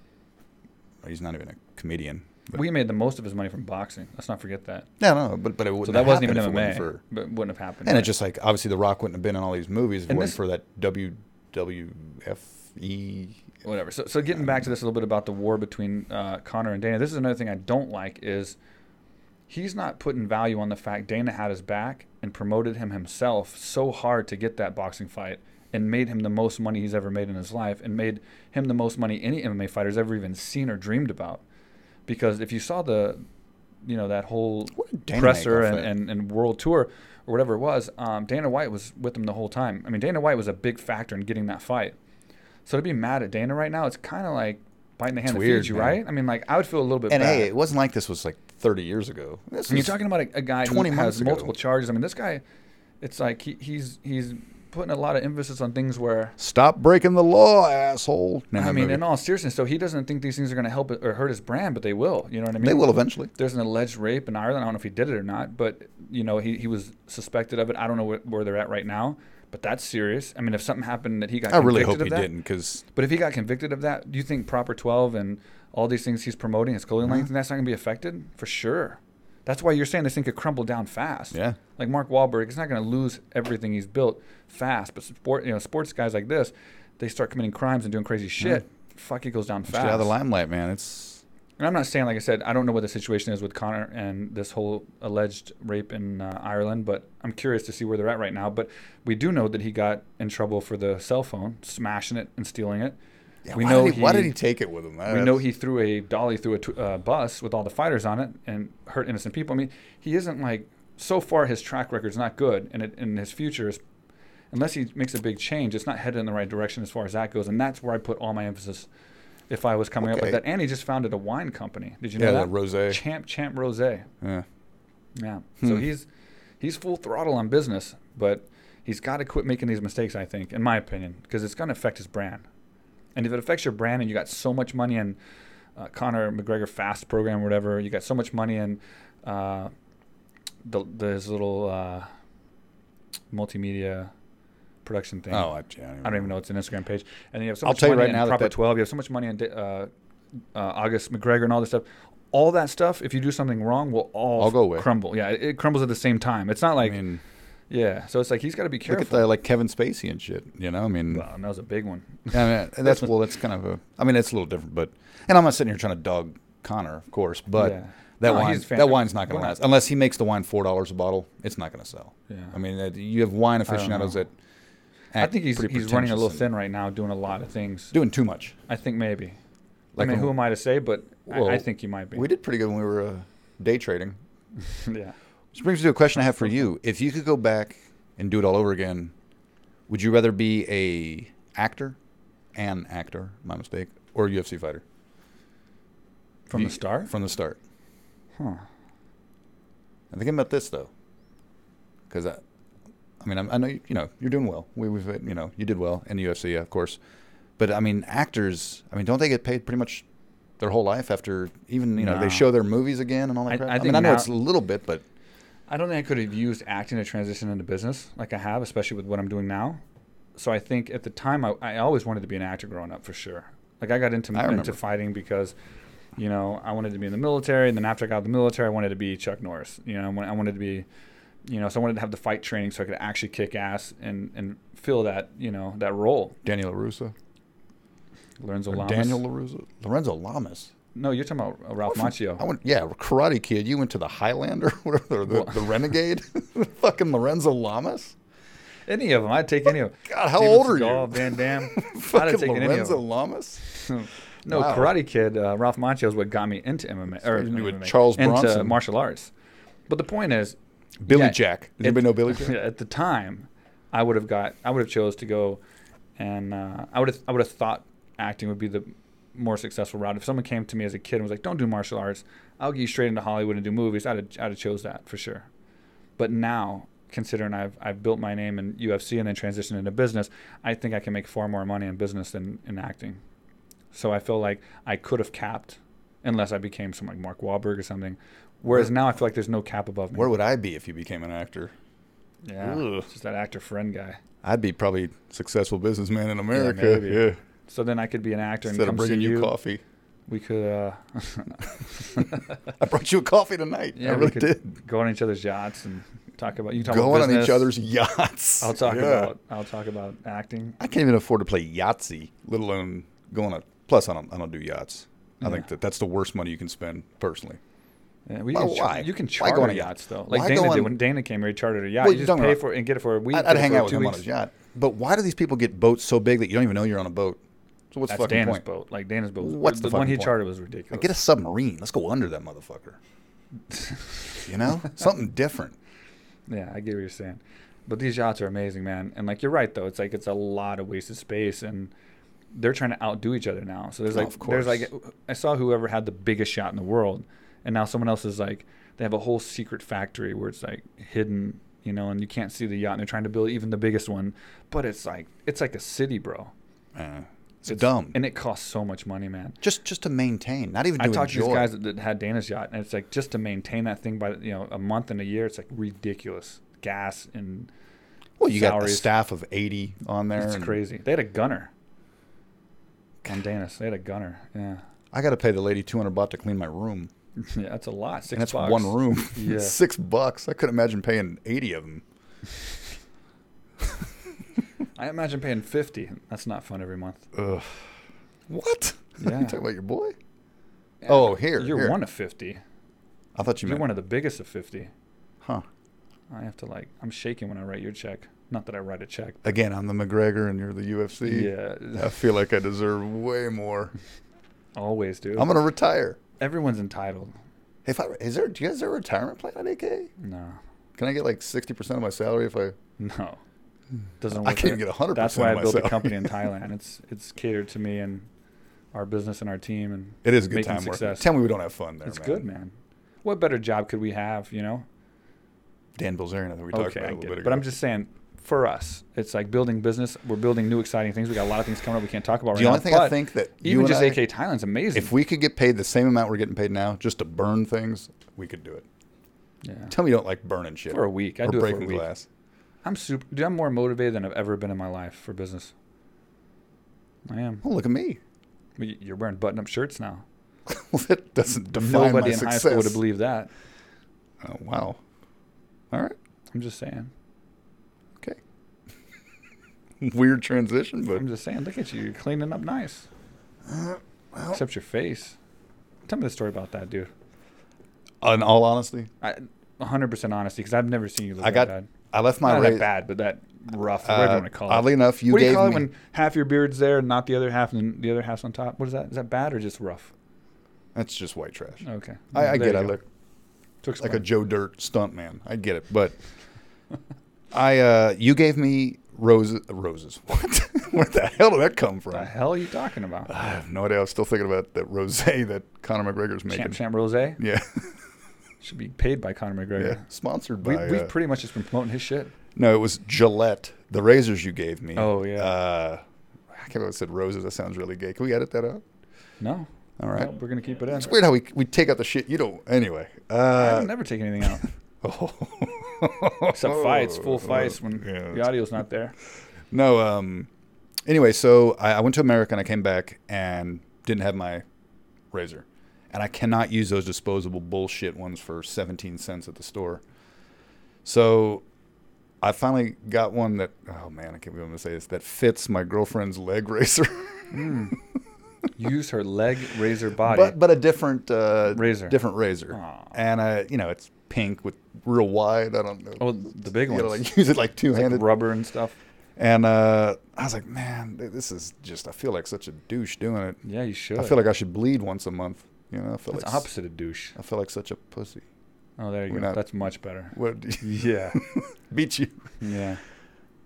S1: well, He's not even a comedian. But,
S2: we made the most of his money from boxing. Let's not forget that.
S1: no, no, but but it wouldn't
S2: So
S1: have
S2: that wasn't even
S1: happened if it
S2: MMA,
S1: wasn't for-
S2: but it wouldn't have happened.
S1: and
S2: right?
S1: it's just like obviously The Rock wouldn't have been in all these movies if it
S2: And
S1: wasn't
S2: this-
S1: for that WWFE.
S2: whatever. So, so getting back to this a little bit about the war between uh, Connor and Dana, this is another thing I don't like is he's not putting value on the fact Dana had his back and promoted him himself so hard to get that boxing fight and made him the most money he's ever made in his life and made him the most money any MMA fighter's ever even seen or dreamed about. Because if you saw the, you know, that whole
S1: What did Dana make
S2: presser
S1: off
S2: and,
S1: that?
S2: and, and world tour or whatever it was, um, Dana White was with him the whole time. I mean, Dana White was a big factor in getting that fight. So to be mad at Dana right now, it's kind of like biting the hand
S1: It's
S2: that
S1: weird,
S2: feeds you,
S1: man.
S2: right? I mean, like I would feel a little bit
S1: And
S2: bad.
S1: hey, it wasn't like this was like 30 years ago. This
S2: And you're
S1: was-
S2: talking about a, a guy who
S1: 20 months
S2: has
S1: ago.
S2: multiple charges. I mean, this guy, it's like he, he's he's putting a lot of emphasis on things where
S1: Stop breaking the law, asshole. Name of
S2: I
S1: that
S2: mean,
S1: movie.
S2: in all seriousness, so he doesn't think these things are going to help it or hurt his brand, but they will. You know what I mean?
S1: they will eventually.
S2: There's an alleged rape in Ireland. I don't know if he did it or not, but you know he, he was suspected of it. I don't know wh- where they're at right now, but that's serious. I mean, if something happened that he got
S1: I really
S2: convicted
S1: hope
S2: of
S1: he
S2: that,
S1: didn't because
S2: But if he got convicted of that, do you think Proper 12 and all these things he's promoting, his clothing
S1: Uh-huh.
S2: line, that's not going to be affected? For sure. That's why you're saying this thing could crumble down fast.
S1: Yeah.
S2: Like Mark Wahlberg, he's not going to lose everything he's built fast. But sport, you know, sports guys like this, they start committing crimes and doing crazy shit. Fuck, it goes down
S1: get
S2: fast.
S1: Uh-huh. out of the limelight, man. It's
S2: And I'm not saying, like I said, I don't know what the situation is with Connor and this whole alleged rape in uh, Ireland, but I'm curious to see where they're at right now. But we do know that he got in trouble for the cell phone, smashing it and stealing it.
S1: yeah,
S2: we
S1: why
S2: know
S1: Did he, why
S2: he-
S1: did he take it with him?
S2: we know he threw a dolly through a tw- uh, bus with all the fighters on it and hurt innocent people. I mean, he isn't like so far his track record's not good, and it, and his future is unless he makes a big change, it's not headed in the right direction as far as that goes. And that's where I put all my emphasis. If I was coming up with
S1: Okay.
S2: that, and he just founded a wine company. Did you
S1: Yeah,
S2: know
S1: that
S2: that
S1: rosé.
S2: Champ Champ Rosé?
S1: Yeah.
S2: Yeah.
S1: Hmm.
S2: So he's he's full throttle on business, but he's got to quit making these mistakes. I think, in my opinion, because it's going to affect his brand. And if it affects your brand and you got so much money in uh, Conor McGregor Fast program or whatever, you got so much money in uh, the, this little uh, multimedia production thing.
S1: Oh, I, yeah,
S2: I don't even know it's an Instagram page. And then you have so
S1: I'll
S2: much
S1: tell you
S2: money
S1: right
S2: in
S1: now that
S2: Proper
S1: that-
S2: 12. You have so much money in uh, uh, August McGregor and all this stuff. All that stuff, if you do something wrong, will all
S1: All go away.
S2: crumble. Yeah, it, it crumbles at the same time. It's not like,
S1: I mean,
S2: yeah. So it's like he's got to be careful.
S1: look at the like Kevin Spacey and shit. You know, I mean,
S2: Wow, and that was a big one.
S1: I mean that's well, that's kind of a. I mean, it's a little different, but and I'm not sitting here trying to dog Connor, of course, but
S2: Yeah.
S1: that
S2: No,
S1: wine
S2: he's fan-
S1: that wine's not going
S2: we're
S1: to
S2: not-
S1: last unless he makes the wine four dollars a bottle. It's not going to sell.
S2: Yeah.
S1: I mean, that- you have wine
S2: don't
S1: aficionados
S2: know.
S1: that.
S2: I
S1: act
S2: think he's
S1: pretty
S2: he's running a
S1: pretentious
S2: little
S1: and
S2: thin right now, doing a lot of things.
S1: doing too much.
S2: I think maybe.
S1: Like
S2: I
S1: when-
S2: mean, who am I to say? But I- I,
S1: Well,
S2: think he might be.
S1: We did pretty good when we were uh, day trading.
S2: yeah.
S1: Which brings me to a question I have for you. If you could go back and do it all over again, would you rather be a actor, an actor, my mistake, or a UFC fighter
S2: From
S1: You-
S2: the start.
S1: from the start?
S2: Huh.
S1: I'm thinking about this though, because I, I mean, I'm, I know you, you know you're doing well. We, we've you know you did well in the UFC, yeah, of course, but I mean, actors, I mean, don't they get paid pretty much their whole life after even you know
S2: No.
S1: they show their movies again and all
S2: I-
S1: that crap?
S2: I
S1: I, mean,
S2: think
S1: I know
S2: now-
S1: it's a little bit, but
S2: I don't think I could have used acting to transition into business like I have, especially with what I'm doing now. So I think at the time I, I always wanted to be an actor growing up for sure. Like I got into
S1: I remember.
S2: into fighting because, you know, I wanted to be in the military, and then after I got out of the military, I wanted to be Chuck Norris. You know, I wanted- I wanted to be, you know, so I wanted to have the fight training so I could actually kick ass and and fill that you know that role.
S1: Daniel Larusso,
S2: Lorenzo
S1: or
S2: Lamas.
S1: Daniel Larusso, Lorenzo Lamas.
S2: No, you're talking about uh, Ralph Macchio.
S1: I went, yeah, Karate Kid. You went to the Highlander, whatever, the, the Renegade, fucking Lorenzo Lamas.
S2: any of them. I'd take any of them.
S1: God, how old are you?
S2: Van Damme. I'd have
S1: Fucking
S2: taken any of
S1: Lorenzo
S2: them.
S1: Lamas.
S2: No,
S1: Wow.
S2: Karate Kid, uh, Ralph Macchio is what got me into MMA. Or
S1: Started
S2: not
S1: with
S2: MMA,
S1: Charles
S2: into
S1: Bronson.
S2: martial arts. But the point is,
S1: Billy
S2: yeah,
S1: Jack. Does
S2: it-
S1: anybody know Billy Jack?
S2: yeah, at the time, I would have got, I would have chose to go, and uh, I would have, I would have thought acting would be the more successful route. If someone came to me as a kid and was like, "Don't do martial arts, I'll get you straight into Hollywood and do movies," I'd have, I'd have chose that for sure. But now, considering I've I've built my name in UFC and then transitioned into business, I think I can make far more money in business than in acting. So I feel like I could have capped, unless I became someone like Mark Wahlberg or something. Whereas now I feel like there's no cap above me.
S1: Where would I be if you became an actor?
S2: Yeah,
S1: Ugh.
S2: it's just that actor friend guy.
S1: I'd be probably successful businessman in America.
S2: maybe.
S1: Yeah.
S2: So then I could be an actor
S1: Instead of
S2: and come see
S1: bringing
S2: you.
S1: you coffee,
S2: We could, uh,
S1: I brought you a coffee tonight.
S2: yeah,
S1: I
S2: we
S1: really
S2: could
S1: did.
S2: go on each other's yachts and talk about you talk
S1: Going on
S2: about
S1: each
S2: business.
S1: other's yachts.
S2: I'll talk
S1: Yeah.
S2: about I'll talk about acting.
S1: I can't even afford to play Yahtzee, let alone go on a. Plus, I don't. I don't do yachts. I
S2: Yeah.
S1: think that that's the worst money you can spend personally.
S2: Yeah, we
S1: Why-
S2: can, char-
S1: why?
S2: You can
S1: Why go
S2: charter
S1: on a yacht?
S2: yachts though, like
S1: Why
S2: Dana
S1: go
S2: did
S1: on-
S2: when Dana came here. He chartered a yacht.
S1: Well,
S2: you
S1: you
S2: just
S1: don't
S2: pay
S1: know.
S2: for it and get it for a week.
S1: I'd,
S2: get
S1: I'd
S2: it
S1: hang
S2: for
S1: out with
S2: two
S1: him on
S2: weeks.
S1: his yacht. But why do these people get boats so big that you don't even know you're on a boat? So what's
S2: That's
S1: the fucking
S2: Dana's
S1: point?
S2: boat. Like Dana's boat. was-
S1: What's the
S2: one
S1: fucking
S2: he
S1: point?
S2: chartered was ridiculous.
S1: Get a submarine. Let's go under that motherfucker. you know, something different.
S2: Yeah, I get what you're saying. But these yachts are amazing, man. And like you're right though, it's like it's a lot of wasted space and they're trying to outdo each other now. So there's
S1: Oh,
S2: like
S1: of
S2: there's like
S1: course.
S2: I saw whoever had the biggest yacht in the world and now someone else is like they have a whole secret factory where it's like hidden, you know, and you can't see the yacht and they're trying to build even the biggest one, but it's like it's like a city, bro.
S1: Uh, it's, dumb.
S2: And it costs so much money, man.
S1: just just to maintain, not even to
S2: I talked to
S1: enjoy.
S2: these guys that, that had Dana's yacht, and it's like just to maintain that thing by you know a month and a year, it's like ridiculous. Gas and
S1: well, you got a
S2: salaries.
S1: staff of eighty on there.
S2: It's
S1: and
S2: crazy. They had a gunner. On Danis, they had a gunner. Yeah,
S1: I got to pay the lady two hundred baht to clean my room,
S2: yeah, that's a lot. Six
S1: and that's
S2: bucks.
S1: one room.
S2: Yeah.
S1: six bucks. I couldn't imagine paying eighty of them.
S2: I imagine paying fifty. That's not fun every month.
S1: Ugh. What?
S2: Yeah.
S1: you talking about your boy? Oh, here.
S2: You're
S1: here.
S2: one of fifty.
S1: I thought you
S2: You're
S1: meant
S2: one of the biggest of fifty.
S1: Huh.
S2: I have to like, I'm shaking when I write your check. Not that I write a check.
S1: Again, I'm the McGregor, and you're the UFC. I
S2: Yeah,
S1: feel like I deserve way more.
S2: always do.
S1: I'm gonna retire.
S2: Everyone's entitled.
S1: If I is there, do you guys have a retirement plan at AK?
S2: No,
S1: Can I get like sixty percent of my salary if I?
S2: no, doesn't.
S1: I
S2: Work
S1: can't even
S2: out.
S1: get 100%
S2: That's why
S1: of
S2: I built a
S1: myself.
S2: company in Thailand. It's it's catered to me and our business and our team and
S1: It is a good
S2: making
S1: time working.
S2: success.
S1: Tell me we don't have fun there.
S2: It's
S1: man.
S2: good, man. What better job could we have, you know?
S1: Dan Bilzerian, I think we talked
S2: okay,
S1: about it
S2: I
S1: a little
S2: get
S1: bit ago.
S2: it. But I'm just saying, for us. It's like building business. We're building new exciting things. We got a lot of things coming up. We can't talk about
S1: The
S2: right
S1: only
S2: now,
S1: thing I
S2: but
S1: think that you
S2: even
S1: and
S2: just
S1: I-
S2: AK Thailand's amazing.
S1: If we could get paid the same amount we're getting paid now just to burn things, we could do it.
S2: yeah.
S1: Tell me you don't like burning shit
S2: for a week, I
S1: or
S2: do it for
S1: breaking
S2: a week.
S1: glass.
S2: I'm super. Dude, I'm more motivated than I've ever been in my life for business. I am.
S1: Oh, look at me.
S2: Well, y- You're wearing button-up shirts now.
S1: well, that doesn't define
S2: Nobody
S1: my
S2: in high
S1: success.
S2: school would have believed that.
S1: Oh, wow. All right.
S2: I'm just saying.
S1: Okay. Weird transition, but Uh,
S2: I'm just saying. Look at you. You're cleaning up nice.
S1: well,
S2: Except your face. Tell me the story about that, dude.
S1: in all honesty,
S2: I, 100% honesty, because I've never seen you look
S1: I got
S2: that bad.
S1: I left my
S2: Not
S1: ra-
S2: that bad, but that rough,
S1: uh,
S2: whatever you want to call
S1: oddly
S2: it.
S1: enough, you
S2: what do
S1: gave
S2: you call
S1: me
S2: it when half your beard's there and not the other half, and the other half's on top? What is that? Is that bad or just rough?
S1: that's just white trash.
S2: Okay.
S1: I, I
S2: Oh, There
S1: get
S2: you
S1: I
S2: go.
S1: look
S2: To
S1: like a
S2: explain.
S1: Joe Dirt stunt man. I get it, but I uh, you gave me roses roses. What? Where the hell did that come
S2: What the
S1: from?
S2: hell are you talking about?
S1: I have no idea. I was still thinking about that rose that Conor McGregor's making.
S2: Champ Champ Rosé
S1: Yeah,
S2: should be paid by Conor McGregor.
S1: yeah. Sponsored by.
S2: We, we've
S1: uh,
S2: pretty much just been promoting his shit.
S1: No, it was Gillette. The razors you gave me.
S2: Oh, yeah.
S1: Uh, I can't believe I said roses. That sounds really gay. Can we edit that out?
S2: No.
S1: All right.
S2: No, we're gonna keep it in.
S1: It's weird how we we take out the shit you don't. Anyway.
S2: I
S1: Uh,
S2: would never take anything out
S1: oh.
S2: except fights, full fights when
S1: Yeah, that's-
S2: the audio's not there.
S1: No. Um. Anyway, so I, I went to America and I came back and didn't have my razor, and I cannot use those disposable bullshit ones for seventeen cents at the store. So, I finally got one that. Oh man, I can't believe I'm gonna say this. That fits my girlfriend's leg razor,
S2: Use her leg razor body.
S1: but but a different uh,
S2: Razor.
S1: different razor,
S2: Aw.
S1: and uh, you know it's pink with real wide. I don't know.
S2: oh, the big
S1: you
S2: ones,
S1: gotta like use it like two handed.
S2: like rubber and stuff.
S1: And uh, I was like, man, th- this is just, I feel like such a douche doing it.
S2: Yeah, you should.
S1: I feel like I should bleed once a month. You know, I feel,
S2: that's
S1: like, s-
S2: opposite of douche.
S1: I feel like such a pussy.
S2: Oh, there you
S1: We're
S2: go.
S1: not-
S2: That's much better.
S1: What,
S2: Yeah,
S1: beat you.
S2: yeah.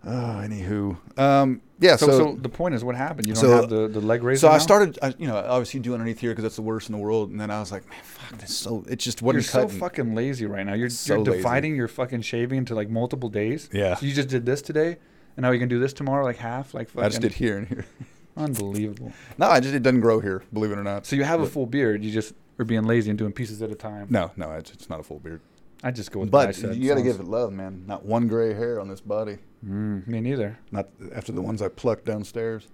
S1: Oh, anywho. Um, yeah,
S2: So,
S1: so,
S2: so, the point is, what happened? You don't
S1: so-
S2: have the, the leg razor.
S1: So I
S2: now?
S1: started, I, you know, obviously doing underneath here because that's the worst in the world. And then I was like, man, fuck this. So it just
S2: You're
S1: wasn't
S2: so
S1: cutting.
S2: fucking lazy right now. You're,
S1: So
S2: you're
S1: lazy.
S2: dividing your fucking shaving to like multiple days.
S1: Yeah.
S2: So you just did this today, and now you can do this tomorrow, like half, like fucking.
S1: I just did here and here.
S2: Unbelievable.
S1: No, I just it doesn't grow here, believe it or not.
S2: So you have a full beard. You just are being lazy and doing pieces at a time.
S1: No, no, it's, it's not a full beard.
S2: I just go with what I
S1: But
S2: said.
S1: you got to
S2: sounds-
S1: give it love, man. Not one gray hair on this body.
S2: Mm, me neither.
S1: Not after the ones I plucked downstairs.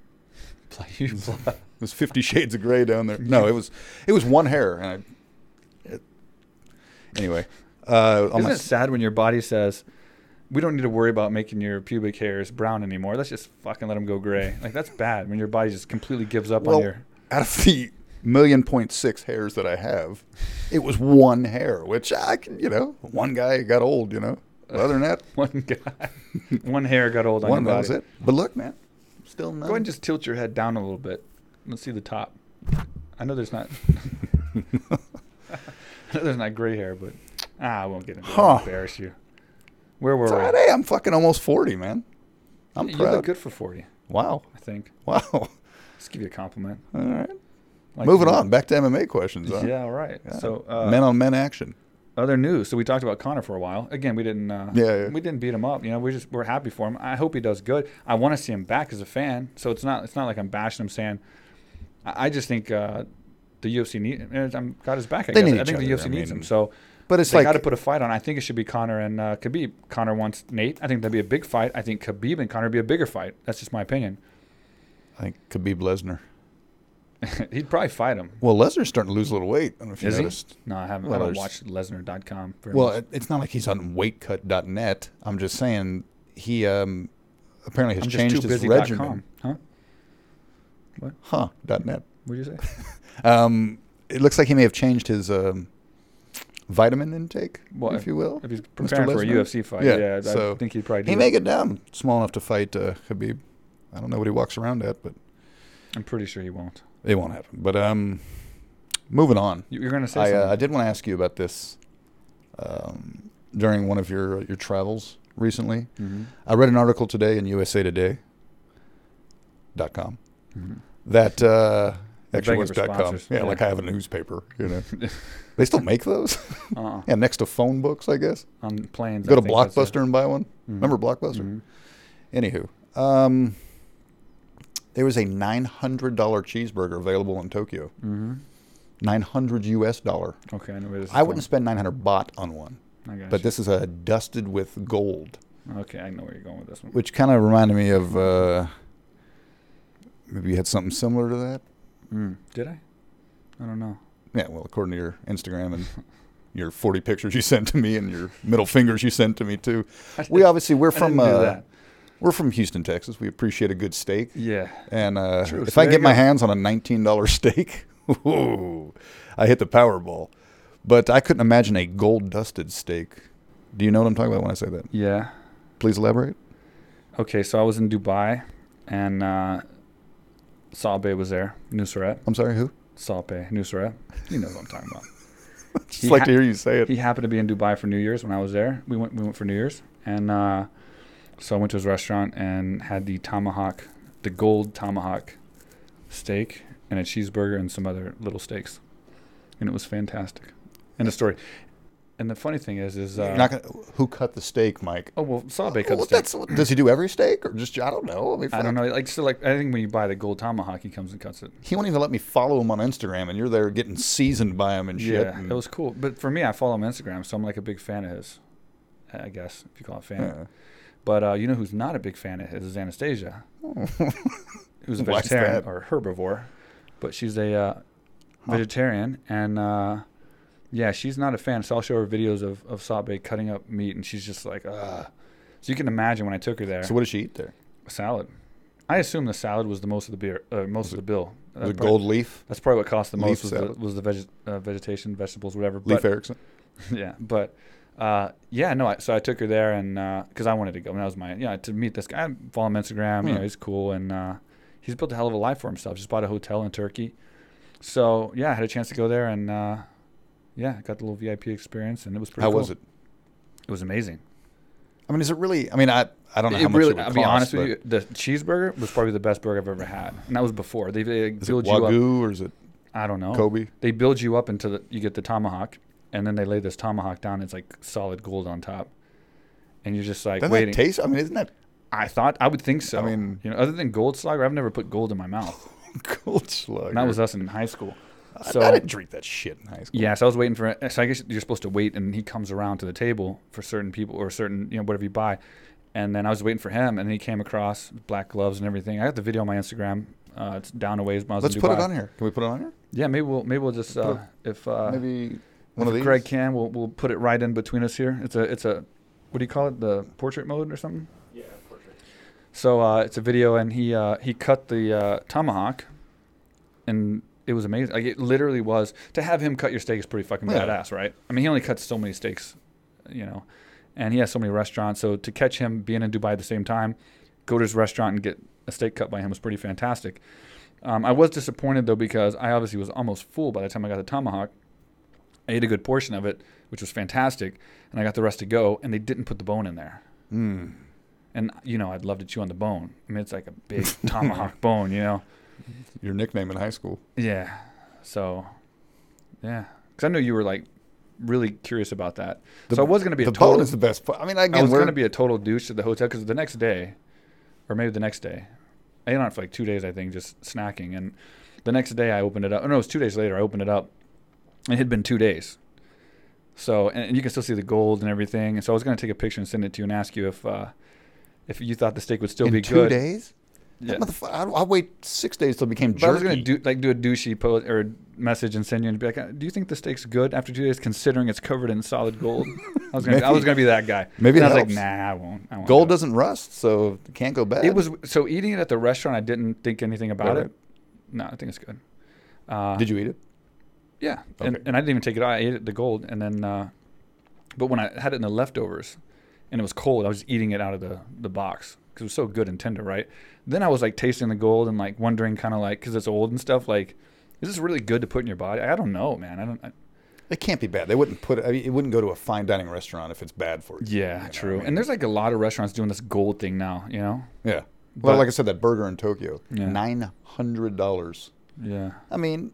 S2: Play you play.
S1: It was Fifty Shades of Grey down there. No, it was it was one hair, and I. It, anyway, uh, on
S2: Isn't
S1: my,
S2: it sad when your body says, "We don't need to worry about making your pubic hairs brown anymore. Let's just fucking let them go gray." Like that's bad when your body just completely gives up
S1: well,
S2: on your.
S1: out of the million point six hairs that I have, it was one hair, which I can, you know, one guy got old, you know. But other than that,
S2: One guy, one hair got old on
S1: one that
S2: your body.
S1: was it. But look, man, still none.
S2: Go ahead and just tilt your head down a little bit. Let's see the top. I know there's not. I know there's not gray hair, but ah, I won't get into it. I'll
S1: Huh.
S2: embarrass you. Where were
S1: It's
S2: we?
S1: all right, hey, I'm fucking almost forty, man. I'm
S2: you
S1: proud.
S2: look good for 40,
S1: Wow,
S2: I think.
S1: wow. All
S2: Let's give you a compliment.
S1: right,
S2: Like
S1: moving
S2: you-
S1: on. Back to MMA questions. Huh?
S2: Yeah, all right.
S1: Yeah.
S2: So uh,
S1: men on men action.
S2: other news. So we talked about Connor for a while. Again, we didn't. Uh,
S1: Yeah, yeah.
S2: We didn't beat him up. You know, we just we're happy for him. I hope he does good. I want to see him back as a fan. So it's not it's not like I'm bashing him saying. I, I just think uh, the UFC need. eh, I'm got his back. I
S1: They
S2: guess.
S1: need
S2: I think
S1: each
S2: the
S1: other.
S2: UFC
S1: I
S2: needs
S1: mean,
S2: him. So.
S1: But it's
S2: they
S1: like
S2: got to put a fight on. I think it should be Connor and uh, Khabib. Connor wants Nate. I think that'd be a big fight. I think Khabib and Connor would be a bigger fight. That's just my opinion.
S1: I think Khabib Lesnar.
S2: He'd probably fight him.
S1: Well, Lesnar's starting to lose a little weight. I don't know if you
S2: Is he?
S1: noticed.
S2: No, I haven't.
S1: Well,
S2: I don't
S1: there's-
S2: watch Lesnar.com. Very
S1: Well,
S2: much.
S1: it- it's not like he's on weightcut.net. I'm just saying he um, apparently has
S2: I'm just
S1: changed
S2: too
S1: his
S2: busy. dot com.
S1: regimen.
S2: Huh?
S1: Huh? Dot .net.
S2: What did you say?
S1: Um, it looks like he may have changed his um, vitamin intake,
S2: Well,
S1: if you will.
S2: If he's preparing for a
S1: Lesnar?
S2: UFC fight, yeah,
S1: Yeah,
S2: I
S1: so
S2: think he'd probably do.
S1: He
S2: that.
S1: may get down small enough to fight uh, Khabib. I don't know what he walks around at, but
S2: I'm pretty sure he won't.
S1: it won't happen. But um, moving on.
S2: You- You're gonna say
S1: I, uh, I
S2: something.
S1: did want to ask you about this um, during one of your your travels recently.
S2: Mhm.
S1: I read an article today in USA Today. Dot com
S2: Mhm.
S1: that uh,
S2: They're
S1: actually
S2: begging
S1: was
S2: for
S1: dot com.
S2: sponsors.
S1: Yeah,
S2: Yeah.
S1: like I have a newspaper. You know, they still make those.
S2: Mm-hmm. Uh-uh.
S1: yeah, next to phone books, I guess.
S2: On planes.
S1: Go
S2: I
S1: to
S2: think that's it.
S1: Blockbuster and buy one.
S2: Mhm.
S1: Remember Blockbuster?
S2: Mhm.
S1: Anywho, um, there was a nine hundred dollar cheeseburger available in Tokyo.
S2: Mm-hmm.
S1: Nine hundred U.S. dollar.
S2: Okay, I know where this is
S1: I wouldn't
S2: going.
S1: spend nine hundred baht on one,
S2: I got
S1: but
S2: you.
S1: this is a dusted with gold,
S2: Okay, I know where you're going with this one.
S1: which kind of reminded me of uh, maybe you had something similar to that.
S2: Mm. Did I? I don't know.
S1: Yeah, well, according to your Instagram and your 40 pictures you sent to me and your middle fingers you sent to me too.
S2: I
S1: We obviously we're
S2: I
S1: from
S2: didn't do
S1: uh,
S2: that.
S1: we're from Houston, Texas. We appreciate a good steak,
S2: Yeah.
S1: and uh,
S2: True,
S1: if
S2: so
S1: I
S2: there
S1: get
S2: you
S1: my
S2: go.
S1: hands on a 19 dollar steak, whoa, I hit the Powerball. But I couldn't imagine a gold dusted steak. Do you know what I'm talking about when I say that?
S2: Yeah.
S1: Please elaborate.
S2: Okay, so I was in Dubai, and uh, Sabe was there. Nusrat,
S1: I'm sorry, who?
S2: Sabe, Nusrat. You know what I'm talking about.
S1: Just
S2: He
S1: like
S2: ha-
S1: to hear you say it.
S2: he happened to be in Dubai for New Year's when I was there. We went we went for New Year's, and uh, so I went to his restaurant and had the tomahawk, the gold tomahawk steak, and a cheeseburger and some other little steaks, and it was fantastic. End of story. And the funny thing is, is uh,
S1: You're not gonna, who cut the steak, Mike?
S2: oh well, Sabe cut
S1: Well,
S2: the steak.
S1: that's- does he do every steak or just I don't know. I, mean,
S2: I
S1: fuck.
S2: don't know, like so, like I think when you buy the gold tomahawk, he comes and cuts it.
S1: He won't even let me follow him on Instagram, and you're there getting seasoned by him and shit.
S2: Yeah,
S1: and-
S2: it was cool. But for me, I follow him on Instagram, so I'm like a big fan of his. I guess if you call it fan.
S1: Yeah.
S2: But uh, you know who's not a big fan of his is Anastasia, who's a
S1: Why is
S2: vegetarian
S1: that?
S2: or herbivore, but she's a uh, vegetarian, and uh, yeah, she's not a fan. So I'll show her videos of of Sabe cutting up meat, and she's just like, ugh. So you can imagine when I took her there,
S1: So what does she eat there?
S2: salad. I assume the salad was the most of the beer, uh, most of the bill.
S1: The
S2: That's
S1: gold leaf,
S2: That's probably what cost the
S1: leaf
S2: most was the,
S1: salad.
S2: was the veg, uh, vegetation, vegetables, whatever.
S1: leaf
S2: But
S1: Erickson.
S2: yeah, but uh, yeah, no. I, so I took her there, and because I wanted to go, and that was my yeah to meet this guy. I follow him on Instagram. You
S1: Hmm.
S2: know, he's cool, and uh, he's built a hell of a life for himself. Just bought a hotel in Turkey. So yeah, I had a chance to go there, and uh, yeah, got the little VIP experience, and it was pretty.
S1: How
S2: cool.
S1: was it?
S2: It was amazing.
S1: I mean, is it really? I mean, I I don't know
S2: It
S1: how much
S2: really,
S1: it would
S2: I'll
S1: cost,
S2: be honest
S1: but
S2: with you, the cheeseburger was probably the best burger I've ever had, and that was before they, they
S1: Is it
S2: build you up.
S1: wagyu or is it
S2: I don't know.
S1: Kobe?
S2: they build you up until the, you get the tomahawk, and then they lay this tomahawk down. It's like solid gold on top, and you're just like
S1: Doesn't
S2: waiting.
S1: that taste? I mean, isn't that
S2: I thought I would think so.
S1: I mean-
S2: you know, other than gold slugger, I've never put gold in my mouth.
S1: gold slug?
S2: And that was us in high school.
S1: I,
S2: so-
S1: I didn't drink that shit in high school.
S2: Yeah, so I was waiting for. So I guess you're supposed to wait, and he comes around to the table for certain people or certain you know whatever you buy, and then I was waiting for him, and he came across black gloves and everything. I got the video on my Instagram. Uh, it's down a ways. When I was
S1: Let's
S2: in
S1: put
S2: Dubai.
S1: it on here. Can we put it on here?
S2: Yeah, maybe we'll maybe we'll just
S1: Put
S2: uh,
S1: it-
S2: if uh,
S1: Maybe one of
S2: if
S1: these.
S2: Greg can, we'll we'll put it right in between us here. It's a it's a what do you call it? The portrait mode or something?
S3: Yeah, portrait.
S2: So uh, it's a video, and he uh, he cut the uh, tomahawk, and it was amazing. Like it literally was to have him cut your steak is pretty fucking
S1: Yeah.
S2: badass, right? I mean, he only cuts so many steaks, you know, and he has so many restaurants. So to catch him being in Dubai at the same time, go to his restaurant and get a steak cut by him was pretty fantastic. Um, I was disappointed though because I obviously was almost full by the time I got the tomahawk. I ate a good portion of it, which was fantastic, and I got the rest to go. And they didn't put the bone in there
S1: Mm.
S2: and you know, I'd love to chew on the bone. I mean, it's like a big tomahawk bone, you know.
S1: Your nickname in high school.
S2: Yeah. So, yeah, because I knew you were like really curious about that.
S1: The-
S2: so I was gonna be a
S1: the
S2: total.
S1: bone is the best part. I mean, again,
S2: I was
S1: we're
S2: gonna be a total douche to the hotel because the next day, or maybe the next day, I ate on it for like two days, I think, just snacking. And the next day, I opened it up. Oh no, it was two days later. I opened it up. It had been two days. So, and, and you can still see the gold and everything. And so I was gonna take a picture and send it to you and ask you if, uh, if you thought the steak would still
S1: in
S2: be
S1: two
S2: good.
S1: days.
S2: Yeah.
S1: Motherfucker, I, I wait six days till it became
S2: But
S1: jerky.
S2: I was gonna do like do a douchey post or message and send you and be like, uh, "Do you think the steak's good after two days, considering it's covered in solid gold?" I was gonna, I
S1: Maybe-
S2: was gonna be that guy.
S1: maybe
S2: and
S1: it
S2: I was like,
S1: helps.
S2: "Nah, I won't." I won't
S1: Gold
S2: do
S1: doesn't rust, so it can't go bad.
S2: It. it was so eating it at the restaurant. I didn't think anything about
S1: Right,
S2: it. No, I think it's good. Uh,
S1: Did you eat it?
S2: yeah, and,
S1: Okay.
S2: and I didn't even take it out. I ate it the gold, and then, uh, but when I had it in the leftovers, and it was cold, I was just eating it out of the the box because it was so good and tender, right? Then I was like tasting the gold and like wondering, kind of like because it's old and stuff, like is this really good to put in your body? I don't know, man. I don't. I,
S1: It can't be bad. They wouldn't put it. I mean, it wouldn't go to a fine dining restaurant if it's bad for you.
S2: yeah,
S1: what I
S2: true.
S1: mean?
S2: And there's like a lot of restaurants doing this gold thing now, you know?
S1: Yeah. Well,
S2: But-
S1: like I said, that burger in Tokyo,
S2: Yeah.
S1: nine hundred dollars.
S2: Yeah,
S1: I mean,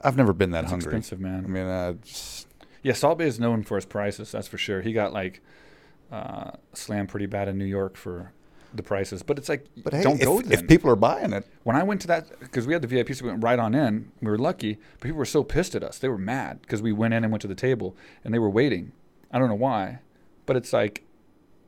S1: I've never been that
S2: it's
S1: hungry.
S2: expensive, man.
S1: I mean, uh, just-
S2: Yeah, Salt Bay is known for his prices. That's for sure. He got like uh, slammed pretty bad in New York for the prices. But it's like,
S1: But hey,
S2: don't
S1: if,
S2: go
S1: if
S2: then.
S1: people are buying it,
S2: when I went to that, because we had the VIP, so we went right on in. We were lucky, but people were so pissed at us. They were mad because we went in and went to the table, and they were waiting. I don't know why, but it's like,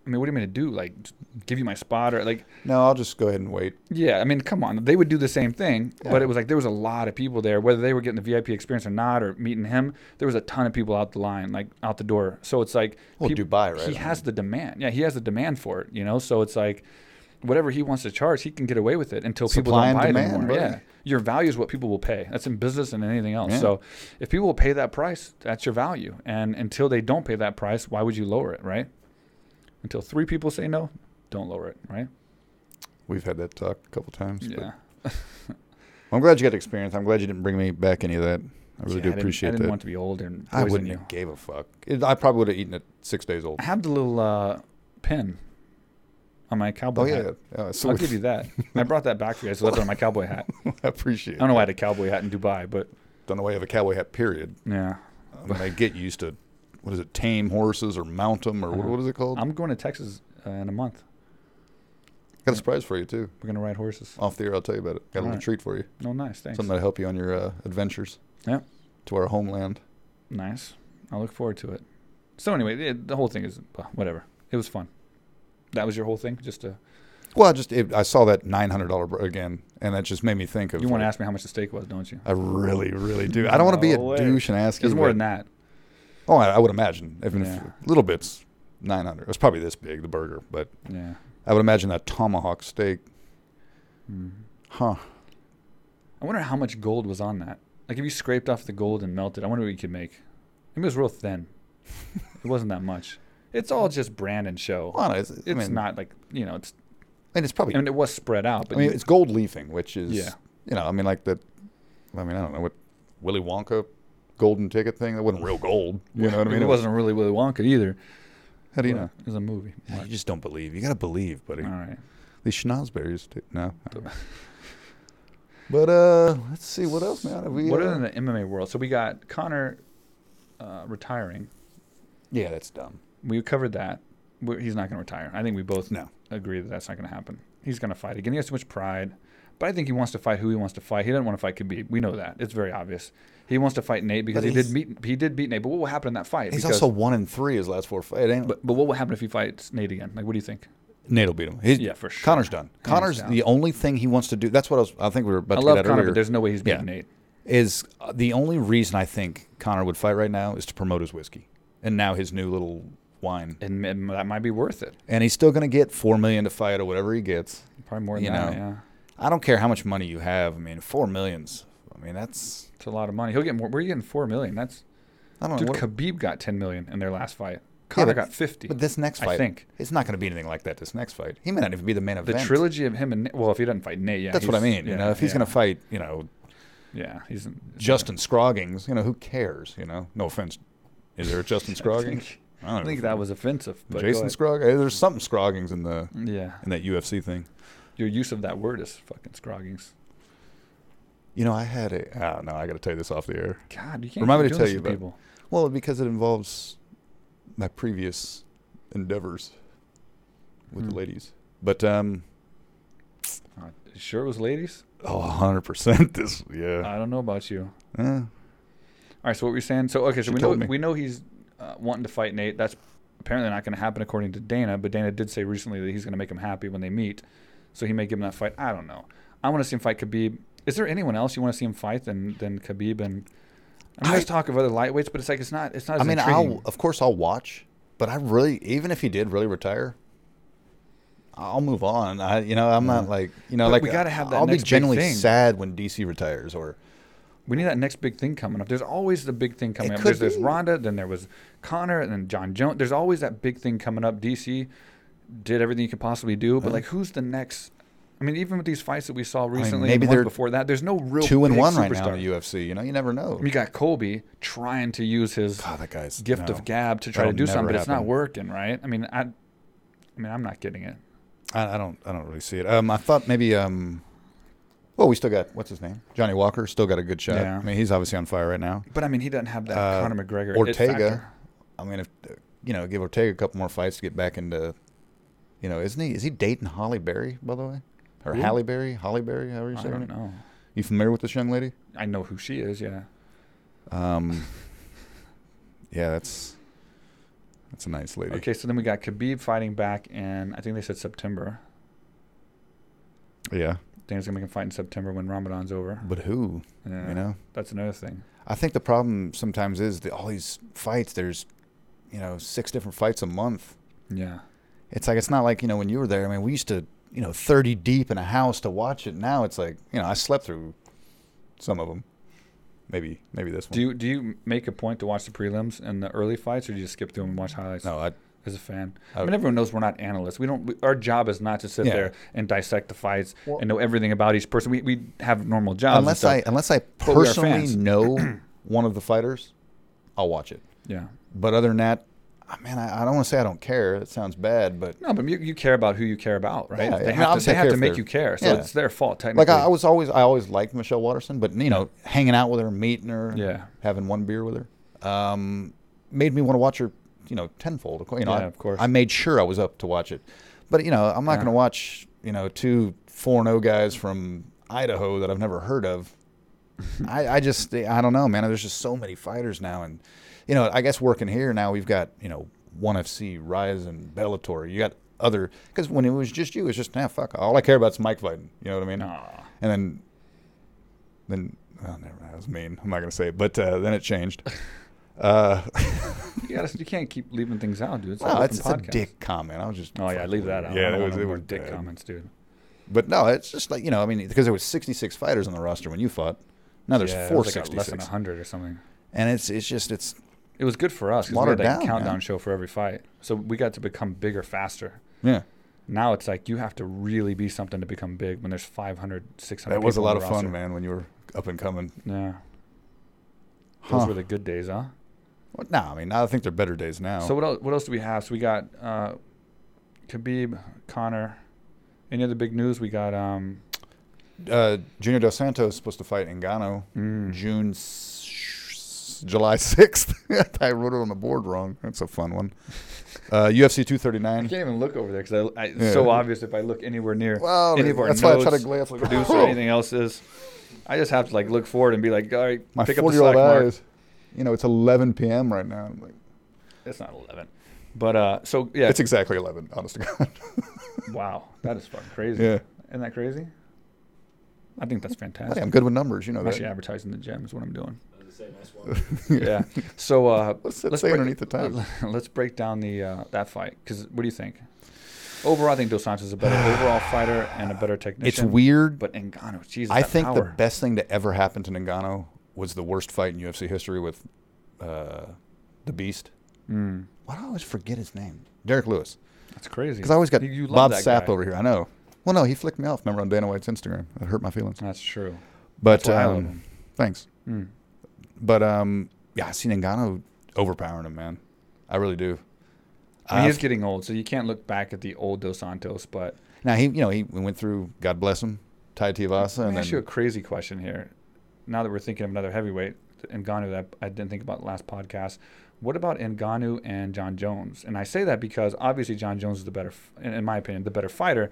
S2: I mean, what do you mean to do? Like, t- give you my spot or like?
S1: no, I'll just go ahead and wait.
S2: Yeah, I mean, come on. They would do the same thing, but
S1: Yeah.
S2: it was like there was a lot of people there, whether they were getting the VIP experience or not, or meeting him. There was a ton of people out the line, like out the door. So it's like,
S1: Well,
S2: peop-
S1: Dubai, right?
S2: He
S1: I
S2: has the demand. Yeah, he has the demand for it. You know, so it's like, whatever he wants to charge, he can get away with it until people
S1: Supply and
S2: don't buy it
S1: demand,
S2: anymore.
S1: buddy.
S2: Yeah, your value is what people will pay. That's in business and anything else.
S1: Yeah.
S2: So if people will pay that price, that's your value. And until they don't pay that price, why would you lower it, right? Until three people say no, don't lower it, right?
S1: We've had that talk a couple times. but-
S2: Yeah.
S1: Well, I'm glad you got the experience. I'm glad you didn't bring me back any of that. I really do
S2: Yeah, didn't-
S1: appreciate
S2: I didn't
S1: that.
S2: want to be old and
S1: I
S2: poison
S1: wouldn't
S2: you.
S1: have gave a fuck. It, I probably would have eaten it six days old.
S2: I have the little uh, pin on my cowboy
S1: Oh yeah,
S2: hat.
S1: yeah.
S2: So
S1: So
S2: I'll give you that. I brought that back for you. I just left it on my cowboy hat. I
S1: I appreciate.
S2: don't
S1: it.
S2: know why I had a cowboy hat in Dubai, but
S1: Don't know why you have a cowboy hat. Period.
S2: yeah.
S1: I mean, I get used to what is it? Tame horses or mount them or what,
S2: Uh-huh.
S1: what is it called?
S2: I'm going to Texas uh, in a month.
S1: got a surprise for you too.
S2: We're going to ride horses.
S1: Off the air, I'll tell you about it. Got a little
S2: Alright.
S1: treat for you.
S2: No, nice. Thanks.
S1: Something that'll help you on your uh, adventures.
S2: Yeah.
S1: To our homeland.
S2: Nice. I look forward to it. So anyway, the- the whole thing is uh, whatever. It was fun. That was your whole thing. Just to,
S1: Well, I just it, I saw that nine hundred dollar again, and that just made me think of.
S2: you want to
S1: like,
S2: ask me how much the steak was, don't you?
S1: I really, really do. I don't want to be a
S2: No way.
S1: douche and ask
S2: It was
S1: you,
S2: more
S1: but-
S2: than that.
S1: Oh, I, I would imagine. Even
S2: Yeah.
S1: if little bits, nine hundred. It was probably this big, the burger, but
S2: Yeah.
S1: I would imagine that tomahawk steak.
S2: Mm.
S1: Huh.
S2: I wonder how much gold was on that. Like if you scraped off the gold and melted, I wonder what you could make. It was real thin. it wasn't that much. It's all just brand and show.
S1: Well, it's I
S2: it's
S1: mean,
S2: not like you know. It's
S1: And it's probably.
S2: I mean it was spread out, but
S1: I mean,
S2: you-
S1: it's gold leafing, which is,
S2: Yeah.
S1: you know, I mean, like that. I mean, I don't know what Willy Wonka golden ticket thing. That wasn't real gold. You know what I mean?
S2: it wasn't really Willy Wonka either.
S1: How do you
S2: Well,
S1: know?
S2: It was a movie.
S1: You just don't believe. You gotta believe, buddy.
S2: All right.
S1: These schnozberries, too. No. but uh, let's see what else, man. Have we,
S2: what
S1: uh,
S2: are in the MMA world? So we got Connor uh, retiring.
S1: Yeah, that's dumb.
S2: We covered that. we he's not going to retire. I think we both
S1: No.
S2: agree that that's not going to happen. He's going to fight again. He has too much pride. But I think he wants to fight who he wants to fight. He doesn't want to fight Khabib. We know that. It's very obvious. He wants to fight Nate because
S1: But
S2: he did
S1: he's-
S2: meet he did beat Nate. But what will happen in that fight?
S1: He's
S2: Because-
S1: also one in three his last four fights. It ain't-
S2: but, but what will happen if he fights Nate again? Like what do you think?
S1: Nate'll beat him. He's,
S2: Yeah, for sure.
S1: Connor's done.
S2: Hands
S1: Connor's
S2: down.
S1: the only thing he wants to do. That's what I was. I think we were about
S2: I
S1: to
S2: love
S1: get at
S2: Connor,
S1: earlier.
S2: but there's no way he's beating
S1: Yeah.
S2: Nate.
S1: is uh, the only reason I think Connor would fight right now is to promote his whiskey and now his new little wine.
S2: And, and that might be worth it.
S1: And he's still going to get four million to fight or whatever he gets.
S2: Probably more than
S1: You
S2: that.
S1: know.
S2: Yeah.
S1: I don't care how much money you have. I mean, four millions. I mean, that's
S2: It's a lot of money. He'll get more. Where are you getting four million? That's
S1: I don't
S2: Dude,
S1: know. What,
S2: Khabib got 10 million in their last fight. Conor
S1: but-
S2: got 50.
S1: but this next
S2: I
S1: fight,
S2: think.
S1: it's not going to be anything like that. This next fight, he may not even be the main
S2: the
S1: event.
S2: trilogy of him and Na- well, if he doesn't fight Nate, yeah,
S1: That's what I
S2: he's-
S1: mean.
S2: yeah,
S1: you know, if he's
S2: yeah,
S1: going to fight, you know,
S2: yeah, he's
S1: Justin Scroggins, you know, who cares? You know, no offense. Is there a Justin
S2: I
S1: Scroggins?
S2: think,
S1: I don't
S2: I think that was offensive. But go
S1: Jason
S2: ahead.
S1: Scrog. eh, There's something Scroggins in the
S2: yeah,
S1: in that UFC thing.
S2: your use of that word is fucking scroggings.
S1: You know, I had a. Oh, no, I got to tell you this off the air.
S2: God, you can't
S1: Remind
S2: keep
S1: me to
S2: doing
S1: tell
S2: this
S1: you about-
S2: people.
S1: Well, because it involves my previous endeavors with the
S2: Hmm.
S1: ladies. But um,
S2: Uh, you sure, it was ladies.
S1: oh, 100 percent. This, yeah.
S2: I don't know about you.
S1: Eh,
S2: All right, so what were you saying? So okay, so
S1: She
S2: we know
S1: told me.
S2: we know he's uh, wanting to fight Nate. That's apparently not going to happen according to Dana, but Dana did say recently that he's going to make him happy when they meet, so he may give him that fight. I don't know. I want to see him fight Khabib. Is there anyone else you want to see him fight than than Khabib and? I
S1: I-
S2: mean, there's talk of other lightweights, but it's like it's not. It's not. As
S1: I mean,
S2: intriguing.
S1: I'll of course I'll watch, but I really, even if he did really retire. I'll move on. I, you know, I'm not
S2: Yeah.
S1: like, you know,
S2: But
S1: like
S2: we gotta have that
S1: I'll
S2: next
S1: be
S2: big
S1: genuinely
S2: thing.
S1: sad when DC retires, or
S2: We need that next big thing coming up. There's always the big thing coming
S1: It
S2: up.
S1: could
S2: There's this
S1: be.
S2: Ronda, then there was Connor, and then John Jones. There's always that big thing coming up. DC did everything you could possibly do,
S1: Uh-huh.
S2: but like, who's the next? I mean, even with these fights that we saw recently,
S1: maybe
S2: and the ones
S1: they're
S2: before that, there's no real
S1: two and
S2: big
S1: one right now
S2: superstar.
S1: in the UFC. You know, you never know.
S2: You got Colby trying to use his
S1: God, that guy's
S2: gift
S1: no.
S2: of gab to try to
S1: That'll
S2: do something,
S1: never
S2: but it's not
S1: happen.
S2: working, right? I mean, I, I mean, I'm not getting it.
S1: I, I don't. I don't really see it. Um, I thought maybe. Um, well, we still got what's his name, Johnny Walker. Still got a good shot.
S2: Yeah.
S1: I mean, he's obviously on fire right now.
S2: But I mean, he doesn't have that
S1: Uh,
S2: Conor McGregor it
S1: Ortega.
S2: factor.
S1: I mean, if you know, give Ortega a couple more fights to get back into You know, isn't he? Is he dating Holly Berry, by the way? Or
S2: Who?
S1: Halle Berry? Holly Berry? However you
S2: I
S1: say her
S2: don't
S1: name.
S2: know.
S1: You familiar with this young lady?
S2: I know who she is. Yeah.
S1: Um, yeah, that's that's a nice lady.
S2: Okay, so then we got Khabib fighting back in I think they said September.
S1: Yeah,
S2: I think it's gonna make him fight in September when Ramadan's over.
S1: but who?
S2: Yeah,
S1: You know,
S2: that's another thing.
S1: I think the problem sometimes is that all these fights. There's, you know, six different fights a month.
S2: Yeah,
S1: It's like it's not like you know when you were there. I mean, we used to you know thirty deep in a house to watch it. Now it's like you know I slept through some of them. Maybe maybe this one.
S2: do you do you make a point to watch the prelims and the early fights, or do you just skip through them and watch highlights?
S1: no, I
S2: as a fan.
S1: I-
S2: I mean, everyone knows we're not analysts. We don't. We, our job is not to sit
S1: Yeah.
S2: there and dissect the fights
S1: Well-
S2: and know everything about each person. We we have normal jobs. and
S1: unless
S2: stuff.
S1: I unless I
S2: we are
S1: personally
S2: fans.
S1: know one of the fighters, I'll watch it.
S2: yeah.
S1: But other than that, I mean, I, I don't want to say I don't care. That sounds bad, but
S2: No, but you, you care about who you care about, right?
S1: Yeah, I
S2: they
S1: mean,
S2: have to,
S1: obviously I
S2: they have
S1: care
S2: to
S1: if
S2: make
S1: they're-
S2: you care. So
S1: yeah.
S2: it's their fault, technically.
S1: like I, I was always I always liked Michelle Watterson, but you know, hanging out with her, meeting her,
S2: Yeah.
S1: having one beer with her, um, made me want to watch her. You know, tenfold. Of course, you know,
S2: Yeah,
S1: I,
S2: of course.
S1: I made sure I was up to watch it, but you know, I'm not
S2: Yeah.
S1: going to watch you know two four and O guys from Idaho that I've never heard of. I, I just I don't know, man. There's just so many fighters now, and you know, I guess working here now we've got you know ONE FC, Rise, and Bellator. You got other because when it was just you, it was just nah, fuck. All I care about is Mike fighting. You know what I mean?
S2: Aw.
S1: And then, then oh, never mind. That was mean. I'm not gonna say it. But uh, then it changed. Uh,
S2: you, gotta, you can't keep leaving things out, dude. It's an
S1: no,
S2: open
S1: it's, it's a
S2: podcast.
S1: dick comment. I was just.
S2: Oh yeah, leave that out.
S1: Yeah,
S2: I
S1: it
S2: don't
S1: was,
S2: want
S1: it
S2: no more
S1: was
S2: dick
S1: bad.
S2: comments, dude.
S1: But no, it's just like you know. I mean, because there was 66 fighters on the roster when you fought. Now there's
S2: Yeah, it was like a- less than
S1: 466,
S2: hundred or something.
S1: and it's it's just it's
S2: It was good for us because we
S1: Watered
S2: had that
S1: down,
S2: countdown
S1: man.
S2: show for every fight, so we got to become bigger faster.
S1: yeah.
S2: Now it's like you have to really be something to become big when there's 500, 600
S1: That was a
S2: people on
S1: lot
S2: the
S1: of fun,
S2: roster.
S1: man. When you were up and coming.
S2: Yeah. Those
S1: Huh.
S2: were the good days, huh?
S1: Well, no, I mean, I think they're better days now.
S2: So what else? What else do we have? So we got uh, Khabib, Connor. Any other big news? We got um,
S1: uh, Junior Dos Santos is supposed to fight Ngannou
S2: mm,
S1: June, s- July 6th. I wrote it on the board wrong. That's a fun one. Uh, UFC
S2: I
S1: 239.
S2: can't even look over there because I, I, it's
S1: Yeah.
S2: so obvious if I look anywhere near
S1: Well,
S2: any of our
S1: that's why I
S2: notes,
S1: try to glance like
S2: producer, anything else is. I just have to like look forward and be like, all right,
S1: My
S2: pick up the
S1: four-year-old
S2: slack, Mark.
S1: eyes. You know, it's 11 p.m. right now. I'm like,
S2: It's not eleven, but uh, so yeah,
S1: It's exactly 11. Honest to God.
S2: wow, that is fucking crazy.
S1: yeah.
S2: Isn't that crazy? I think that's fantastic.
S1: Hey, I'm good with numbers. You know
S2: I'm actually
S1: that.
S2: advertising the gym is what I'm doing.
S3: I was gonna say, nice one.
S2: yeah. So uh,
S1: What's that say underneath the title?
S2: Let's break down the uh, that fight because what do you think? Overall, I think Dos Santos is a better overall fighter and a better technician.
S1: It's weird,
S2: but Ngannou, Jesus,
S1: I
S2: that
S1: think the
S2: power.
S1: best thing to ever happen to Ngannou was the worst fight in UFC history with uh, the Beast.
S2: Mm,
S1: Why do I always forget his name? Derek Lewis.
S2: that's crazy.
S1: Because I always got
S2: You- you
S1: Bob
S2: love that guy.
S1: Sapp over here. I know. Well, no, he flicked me off. Remember on Dana White's Instagram? It hurt my feelings.
S2: That's true.
S1: But
S2: That's why I love
S1: um,
S2: him.
S1: thanks.
S2: Mm.
S1: But um, yeah, I seen Ngannou overpowering him, man. I really do.
S2: I mean,
S1: Uh,
S2: he's getting old, so you can't look back at the old Dos Santos. But
S1: now he, you know, he went through. God bless him. Tai Tuivasa, and
S2: let me
S1: then
S2: ask you a crazy question here. Now that we're thinking of another heavyweight, Ngannou that I didn't think about last podcast. What about Ngannou and John Jones? And I say that because obviously John Jones is the better, f- in in my opinion, the better fighter.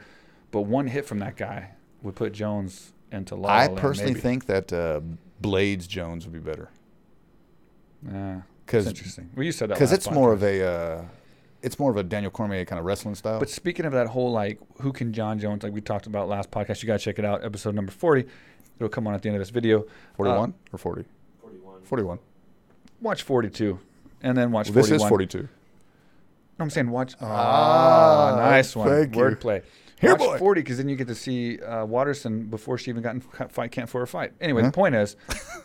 S2: But one hit from that guy would put Jones into La La
S1: I
S2: Land,
S1: personally
S2: maybe.
S1: think that uh, Blades Jones would be better
S2: Yeah, that's
S1: because
S2: interesting. Oh, Well, you said that
S1: because
S2: last
S1: it's more
S2: podcast.
S1: of a uh, it's more of a Daniel Cormier kind of wrestling style.
S2: But uh, speaking of that whole like who can John Jones like we talked about last podcast, you gotta check it out, episode number forty. It'll come on at the end of this video. Uh,
S1: Forty-one or 40?
S3: 41.
S1: 41.
S2: Watch forty two. And then watch
S1: Well, this
S2: 41.
S1: is forty-two.
S2: No, I'm saying watch. Ah,
S1: Ah,
S2: nice one.
S1: thank you.
S2: Wordplay.
S1: Here,
S2: watch
S1: boy.
S2: 40 because then you get to see uh, Watterson before she even got in f- fight camp for a fight. Anyway, the point is,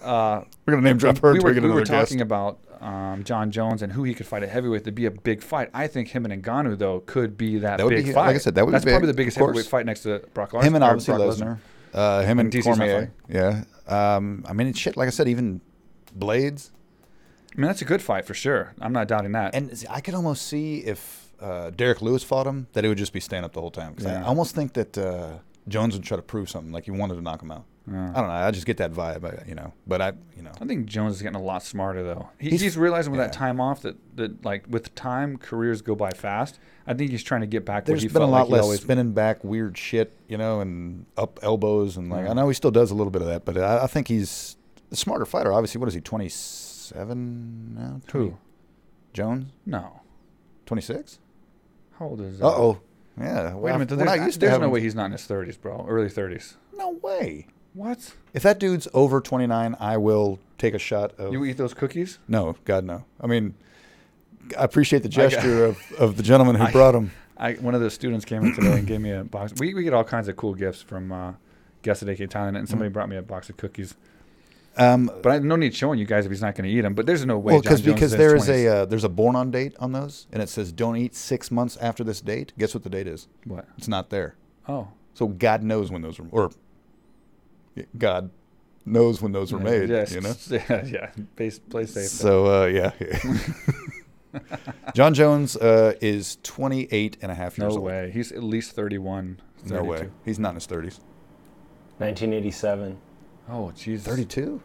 S2: uh,
S1: We're gonna name drop her
S2: we
S1: until we
S2: were,
S1: get
S2: we were
S1: Uh-huh. another guest.
S2: talking about um, John Jones and who he could fight at heavyweight to be a big fight. I think him and Ngannou though could be that,
S1: That would
S2: big
S1: be-
S2: fight.
S1: like I said, that would be
S2: that's
S1: big,
S2: probably the
S1: of
S2: biggest
S1: course.
S2: heavyweight fight next to Brock Lesnar.
S1: him and
S2: or
S1: obviously
S2: Brock
S1: Lesnar. Uh, him and,
S2: DC's not
S1: Cormier. Yeah. Um, I mean, it's shit. Like I said, even Blades.
S2: I mean, that's a good fight for sure. I'm not doubting that.
S1: And see, I could almost see if uh, Derek Lewis fought him, that it would just be stand up the whole time. 'Cause I-
S2: Yeah.
S1: I almost think that uh, Jones would try to prove something, like he wanted to knock him out.
S2: Yeah.
S1: I don't know. I just get that vibe, I- you know. But I, you know,
S2: I think Jones is getting a lot smarter though. He,
S1: He's-
S2: he's, realizing with that
S1: yeah.
S2: time off that, that like with time careers go by fast. I think he's trying to get back. what
S1: there's
S2: he
S1: been a
S2: felt
S1: lot
S2: like he
S1: less
S2: always-
S1: spinning back weird shit, you know, and up elbows and like
S2: Yeah.
S1: I know he still does a little bit of that, but I, I think he's a smarter fighter. Obviously, what is he? Twenty seven now?
S2: Who?
S1: Jones?
S2: No.
S1: Twenty six?
S2: How old is?
S1: Uh oh. Yeah.
S2: Wait
S1: well,
S2: a minute.
S1: we're
S2: There's,
S1: not used to
S2: there's no
S1: having-
S2: way he's not in his 30s, bro. Early 30s.
S1: No way.
S2: What?
S1: If that dude's over twenty nine, I will take a shot of.
S2: You e eat those cookies?
S1: no, God no. I mean, I appreciate the
S2: got-
S1: gesture of, of the gentleman who
S2: I-
S1: brought him.
S2: I one of the students came in today and gave me a box. We, we get all kinds of cool gifts from uh, guests at AK Thailand,
S1: Mm-hmm.
S2: and somebody brought me a box of cookies.
S1: Um,
S2: But I no need showing you guys if he's not going to eat them. But there's no way.
S1: Well,
S2: John
S1: because
S2: Jones
S1: because
S2: in his
S1: there is
S2: 20s.
S1: a uh, there's a born on date on those, and it says don't eat six months after this date. Guess what the date is?
S2: what?
S1: It's not there.
S2: Oh,
S1: So God knows when those were, or yeah, God knows when those were
S2: Yeah,
S1: made.
S2: yes.
S1: You know.
S2: yeah, yeah. Base, play safe.
S1: So uh, yeah. John Jones uh, is 28 and a half years
S2: no
S1: old.
S2: way. He's at least 31.
S1: No way.
S2: 32.
S1: He's not in his 30s.
S3: 1987.
S2: Oh, Jesus.
S1: 32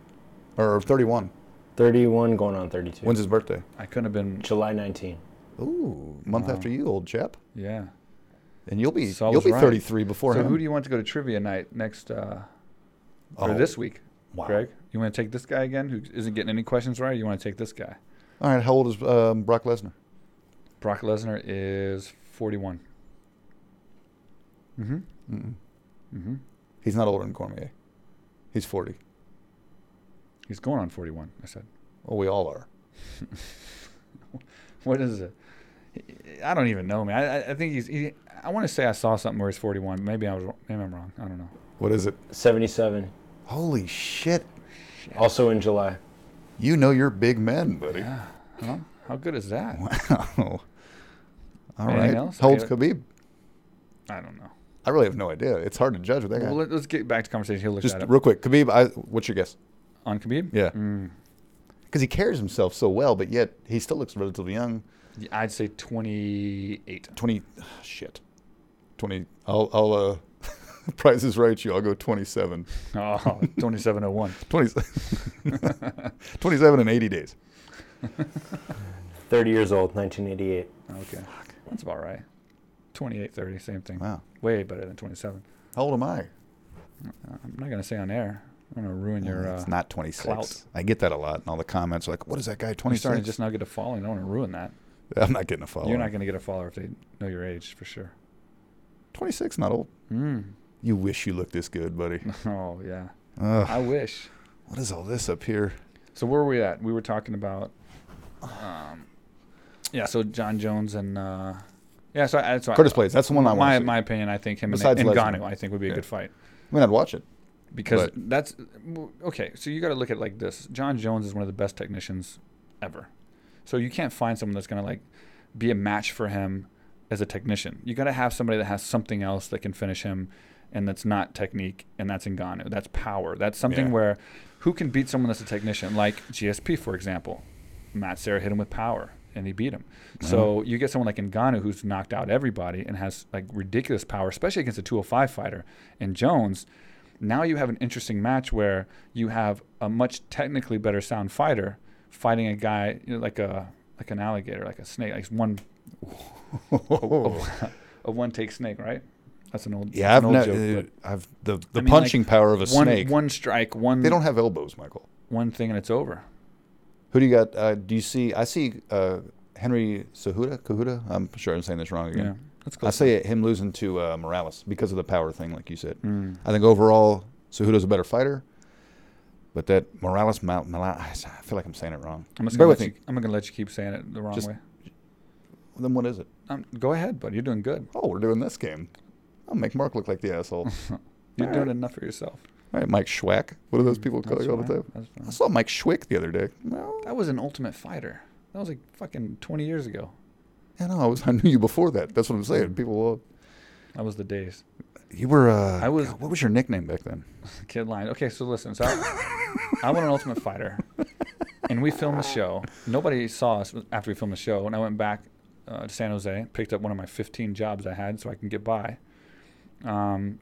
S1: or 31.
S3: 31 going on 32.
S1: When's his birthday?
S2: I couldn't have been.
S3: July 19.
S1: Ooh, month
S2: Wow.
S1: after you, old chap.
S2: Yeah.
S1: And you'll be
S2: So I
S1: you'll
S2: was
S1: be
S2: right.
S1: 33 before
S2: so
S1: him.
S2: who do you want to go to trivia night next uh, or
S1: Oh,
S2: this week?
S1: wow.
S2: Greg, you want to take this guy again who isn't getting any questions right? Or you want to take this guy?
S1: All right, how old is um, Brock Lesnar?
S2: Brock Lesnar is 41. Mm-hmm.
S1: Mm-mm.
S2: Mm-hmm.
S1: He's not older than Cormier. He's 40.
S2: He's going on 41. I said.
S1: Well, we all are.
S2: What is it? I don't even know, man. I- I, I think he's. He, I want to say I saw something where he's 41. Maybe I was. wrong- Maybe I'm wrong. I don't know.
S1: What is it?
S3: 77.
S1: Holy shit.
S3: Also in July.
S1: You know you're big men, buddy.
S2: Huh? How good is that?
S1: Wow. All
S2: Anything
S1: right.
S2: else?
S1: How old's
S2: Okay.
S1: Khabib?
S2: I don't know.
S1: I really have no idea. It's hard to judge with that guy.
S2: Well, let, us get back to conversation. He'll look
S1: Just
S2: at it.
S1: real quick, Khabib, I, what's your guess?
S2: on Khabib.
S1: Yeah.
S2: Mm.
S1: Because he carries himself so well, but yet he still looks relatively young.
S2: Yeah, I'd say 28.
S1: 20, shit. 20, I'll, I'll uh, prize is right, you. I'll go 27.
S2: Oh, 2701.
S1: 20, 27 and 80 days.
S3: 30 years old, 1988.
S2: Okay. That's about right. 28, 30, same thing.
S1: Wow.
S2: Way better than 27.
S1: How old am I?
S2: I'm not going to say on air. I'm going to ruin your. Uh,
S1: it's Oh, not 26.
S2: clout.
S1: I get that a lot, and all the comments are like, "What is Oh, that guy?
S2: you're starting to
S1: 26?"
S2: just now get a following. I don't want to ruin that.
S1: I'm not getting a follow.
S2: You're not going to get a follower if they know your age for sure.
S1: 26, not old.
S2: Mm.
S1: You wish you looked this good, buddy.
S2: Oh, yeah.
S1: Ugh,
S2: I wish.
S1: what is all this up here?
S2: So where were we at? We were talking about, um, yeah. So John Jones and uh, yeah. So, I, so I-
S1: Curtis Blades. That's the one I
S2: my
S1: want.
S2: my opinion. I think him
S1: Besides
S2: and, and
S1: Lesnar.
S2: Ganu, I think would be a
S1: Yeah.
S2: good fight
S1: I mean, I'd watch it.
S2: because
S1: But-
S2: that's w- okay. So you got to look at it like this. John Jones is one of the best technicians ever. So you can't find someone that's gonna like be a match for him as a technician. You got to have somebody that has something else that can finish him, and that's not technique, and that's Ngannou. That's power. That's something
S1: Yeah.
S2: where who can beat someone that's a technician, like GSP, for example. Matt Sarah hit him with power, and he beat him. So you get someone like Ngannou who's knocked out everybody and has like ridiculous power, especially against a 205 fighter. And Jones, now you have an interesting match where you have a much technically better sound fighter fighting a guy you know, like a like an alligator, like a snake, like one a one take snake, right? That's an old
S1: yeah, I've,
S2: that's an
S1: no,
S2: old joke,
S1: uh, I've the the
S2: I mean, like,
S1: punching power of a
S2: but one
S1: snake.
S2: one strike, one
S1: they don't have elbows, Michael.
S2: one thing and it's over.
S1: Who do you got? Uh, do you see? I see uh, Henry Cejudo. Cejudo. I'm sure I'm saying this wrong
S2: Yeah,
S1: again.
S2: that's
S1: I
S2: close.
S1: say him losing to uh, Morales because of the power thing, like you said.
S2: Mm.
S1: I think overall, Cejudo's a better fighter. But that Morales, Mal- Mal- I feel like I'm saying it wrong.
S2: I'm just
S1: Bear
S2: gonna
S1: with
S2: let
S1: me.
S2: you, I'm not gonna let you keep saying it the wrong
S1: Just-
S2: way.
S1: Then what is it?
S2: Um, go ahead, buddy. You're doing good.
S1: Oh, we're doing this game. I'll make Mark look like the asshole.
S2: You're
S1: All
S2: doing
S1: right.
S2: enough for yourself.
S1: all right, Mike Schwack. What do those people call
S2: That's
S1: you all the
S2: fine.
S1: time?
S2: That's
S1: I
S2: fine.
S1: saw Mike Schwick the other day. Well,
S2: That was an Ultimate Fighter. That was like fucking 20 years ago.
S1: I know I was. I knew you before that. That's what I'm saying. People, will,
S2: That was the days.
S1: you were. Uh,
S2: I was-
S1: God, What was your nickname back then?
S2: Kid line. Okay, so listen. So I, I went on Ultimate Fighter, and we filmed the show. Nobody saw us after we filmed the show, and I went back uh, to San Jose, picked up one of my 15 jobs I had so I can get by. Um,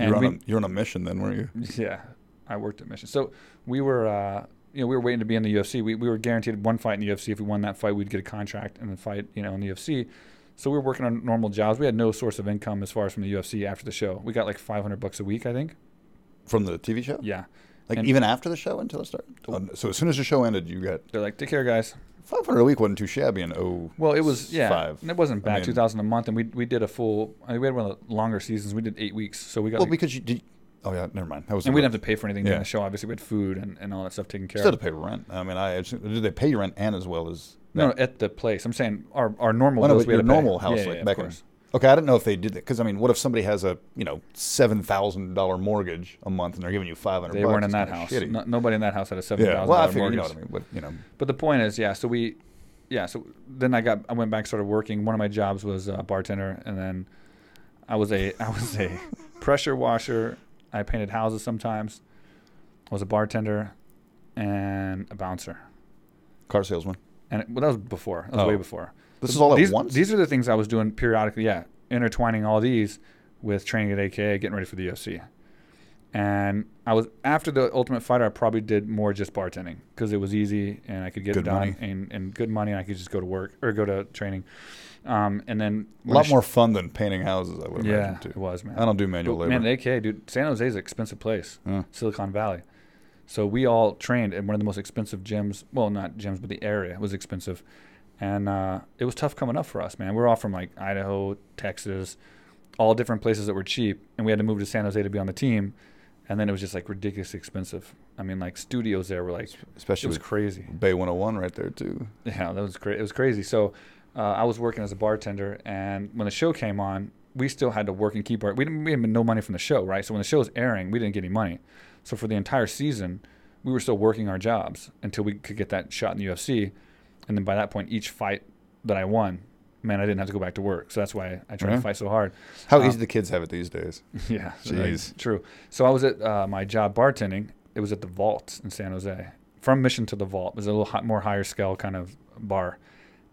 S1: you're,
S2: and
S1: on
S2: we,
S1: a, you're on a mission then, weren't you?
S2: Yeah, I worked at Mission. So we were, uh, you know, we were waiting to be in the UFC. We, we were guaranteed one fight in the UFC. If we won that fight, we'd get a contract and then fight, you know, in the UFC. So we were working on normal jobs. We had no source of income as far as from the UFC after the show. We got like 500 bucks a week, I think.
S1: From the TV show?
S2: Yeah.
S1: Like
S2: And-
S1: even after the show until it started? Oh, so as soon as the show ended, you got
S2: They're like, take care, guys.
S1: 500 a week wasn't too shabby in oh
S2: Well, it was, yeah.
S1: five.
S2: And it
S1: I
S2: wasn't bad,
S1: mean-
S2: 2000 a month. And we, we did a full, I mean, we had one of the longer seasons. We did eight weeks. So we got,
S1: Well,
S2: like,
S1: because you did. Oh yeah, never mind. That was
S2: and we didn't have to pay for anything during
S1: Yeah.
S2: the show. Obviously, we had food and, and all that stuff taken care
S1: still
S2: of.
S1: to pay rent. I mean, I did they pay you rent and as well as
S2: No, no, at the place. I'm saying our, our normal
S1: Well, no,
S2: bills
S1: but
S2: we had
S1: your
S2: to pay.
S1: normal house
S2: Yeah,
S1: like
S2: yeah, of
S1: back in-
S2: course.
S1: Okay, I didn't know if they did that because I mean, what if somebody has a you know seven thousand dollar mortgage a month and they're giving you five hundred?
S2: They weren't in that house. No, nobody in that house had a seven
S1: yeah,
S2: thousand
S1: well, I
S2: dollar
S1: figured
S2: mortgage.
S1: you know what I mean. But you know,
S2: But the point is, yeah. So we, yeah. So then I got, I went back, started working. One of my jobs was a bartender, and then I was a, I was a pressure washer. I painted houses sometimes. I was a bartender and a bouncer.
S1: car salesman.
S2: And it, well, that was before. That was
S1: Oh.
S2: way before.
S1: This is all at
S2: these,
S1: once.
S2: These are the things I was doing periodically. Yeah, intertwining all these with training at AKA, getting ready for the UFC. And I was after the Ultimate Fighter. I probably did more just bartending because it was easy and I could get
S1: Good
S2: it done
S1: money.
S2: And, and good money. And I could just go to work or go to training. Um, and then
S1: a
S2: when I
S1: lot
S2: sh-
S1: more fun than painting houses. I would
S2: Yeah,
S1: imagine
S2: it
S1: too.
S2: was man.
S1: I don't do manual
S2: But,
S1: labor.
S2: Man, at AKA, dude, San Jose is an expensive place.
S1: Yeah.
S2: Silicon Valley. So we all trained in one of the most expensive gyms. Well, not gyms, but the area was expensive, and uh, it was tough coming up for us, man. We were all from like Idaho, Texas, all different places that were cheap, and we had to move to San Jose to be on the team, and then it was just like ridiculously expensive. I mean, like studios there were like it
S1: Especially
S2: was
S1: with
S2: crazy.
S1: Bay 101 right there too.
S2: Yeah, that was crazy. It was crazy. So uh, I was working as a bartender, and when the show came on, we still had to work and keep our. We didn't. We had no money from the show, right? So when the show was airing, we didn't get any money. So for the entire season, we were still working our jobs until we could get that shot in the UFC, and then by that point, each fight that I won, man, I didn't have to go back to work. So that's why I tried
S1: Yeah.
S2: to fight so hard.
S1: How
S2: Uh,
S1: easy the kids have it these days.
S2: Yeah,
S1: Jeez.
S2: uh, true. So I was at uh, my job bartending. It was at the Vault in San Jose. From Mission to the Vault it was a little hi- more higher scale kind of bar,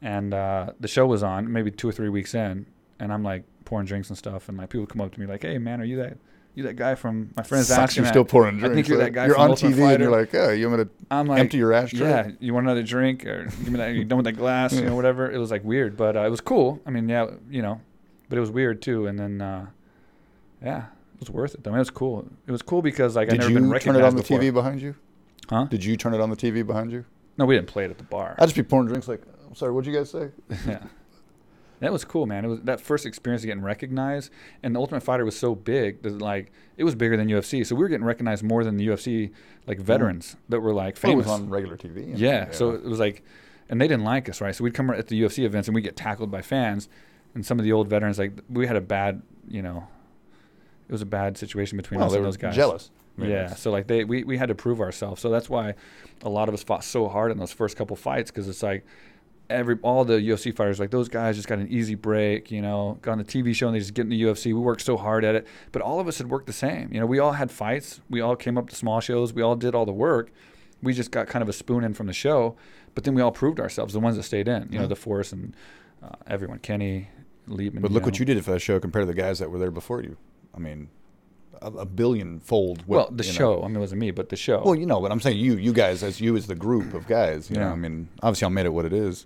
S2: and uh, the show was on maybe two or three weeks in, and I'm like pouring drinks and stuff, and like people come up to me like, "Hey man, are you that you that guy from my friend's
S1: Sucks
S2: asking
S1: you're
S2: that-
S1: still pouring
S2: I
S1: drinks.
S2: think you're
S1: right?
S2: that guy
S1: You're
S2: from
S1: on
S2: Ultimate
S1: TV and you're
S2: Fighter.
S1: like, oh, you want me to
S2: I'm like,
S1: empty your ashtray?
S2: yeah, you want another drink or give me that? You done with that glass? You know, whatever. It was like weird, but uh, it was cool. I mean, yeah, you know, but it was weird too. And then, uh, yeah, it was worth it. I mean, it was cool. It was cool because like I
S1: Did
S2: never been
S1: you turn
S2: recognized
S1: it on the
S2: before.
S1: TV behind you?
S2: Huh?
S1: Did you turn it on the TV behind you?
S2: No, we didn't play it at the bar.
S1: I'd just be pouring drinks like, I'm sorry, what'd you guys say?
S2: yeah. That was cool, man. It was that first experience of getting recognized, and the Ultimate Fighter was so big that like it was bigger than UFC. So we were getting recognized more than the UFC like veterans that were like
S1: Well, Mm-hmm. Oh, it
S2: famous.
S1: was on regular TV. and-
S2: Yeah. So it was like, and they didn't like us, right? So we'd come at the UFC events and we'd get tackled by fans. And some of the old veterans, like, we had a bad, you know, it was a bad situation between
S1: well,
S2: us
S1: they
S2: and
S1: were
S2: those guys.
S1: jealous. Maybe
S2: Yeah.
S1: it's-
S2: So, like, they, we, we had to prove ourselves. So that's why a lot of us fought so hard in those first couple fights because it's like, Every all the UFC fighters like those guys just got an easy break, you know, got on the TV show and they just get in the UFC. We worked so hard at it, but all of us had worked the same. You know, we all had fights, we all came up to small shows, we all did all the work, we just got kind of a spoon in from the show, but then we all proved ourselves. The ones that stayed in, you know,
S1: Yeah.
S2: the Force and uh, everyone, Kenny, Liebman.
S1: But look what
S2: know.
S1: you did for that show compared to the guys that were there before you. I mean, a, a billion fold.
S2: Well, the show. I mean, it wasn't me, but the show.
S1: Well, you know, but I'm saying you, you guys, as you as the group of guys, you know,
S2: Yeah.
S1: I mean, obviously I made it what it is.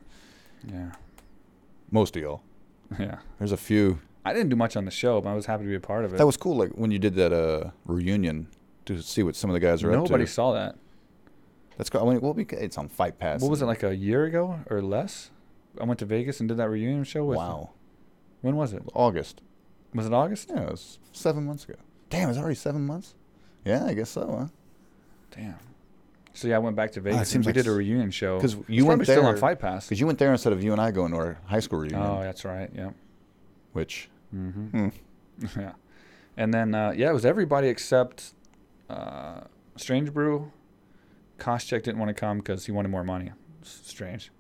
S2: yeah,
S1: Most of y'all.
S2: yeah.
S1: There's a few.
S2: I didn't do much on the show, but I was happy to be a part of it.
S1: That was cool, like when you did that uh, reunion to see what some of the guys are up to.
S2: Nobody saw that.
S1: That's cool. I mean, well, we- it's on Fight Pass.
S2: What was it like a year ago or less? I went to Vegas and did that reunion show with.
S1: Wow.
S2: When was it?
S1: August.
S2: Was it August?
S1: Yeah, it was seven months ago. Damn, it's already seven months? Yeah, I guess so, huh?
S2: Damn. So yeah, I went back to Vegas.
S1: Ah, seems
S2: and we
S1: like
S2: did a
S1: s-
S2: reunion show.
S1: 'cause
S2: It's
S1: you went
S2: probably still on
S1: there-
S2: Fight Pass.
S1: Because you went there instead of you and I going to our high school reunion,
S2: Oh, that's right. Yeah.
S1: which
S2: Mm-hmm.
S1: hmm,
S2: yeah. And then uh, yeah, it was everybody except uh, Strange Brew. Koscheck didn't want to come because he wanted more money. S- Strange.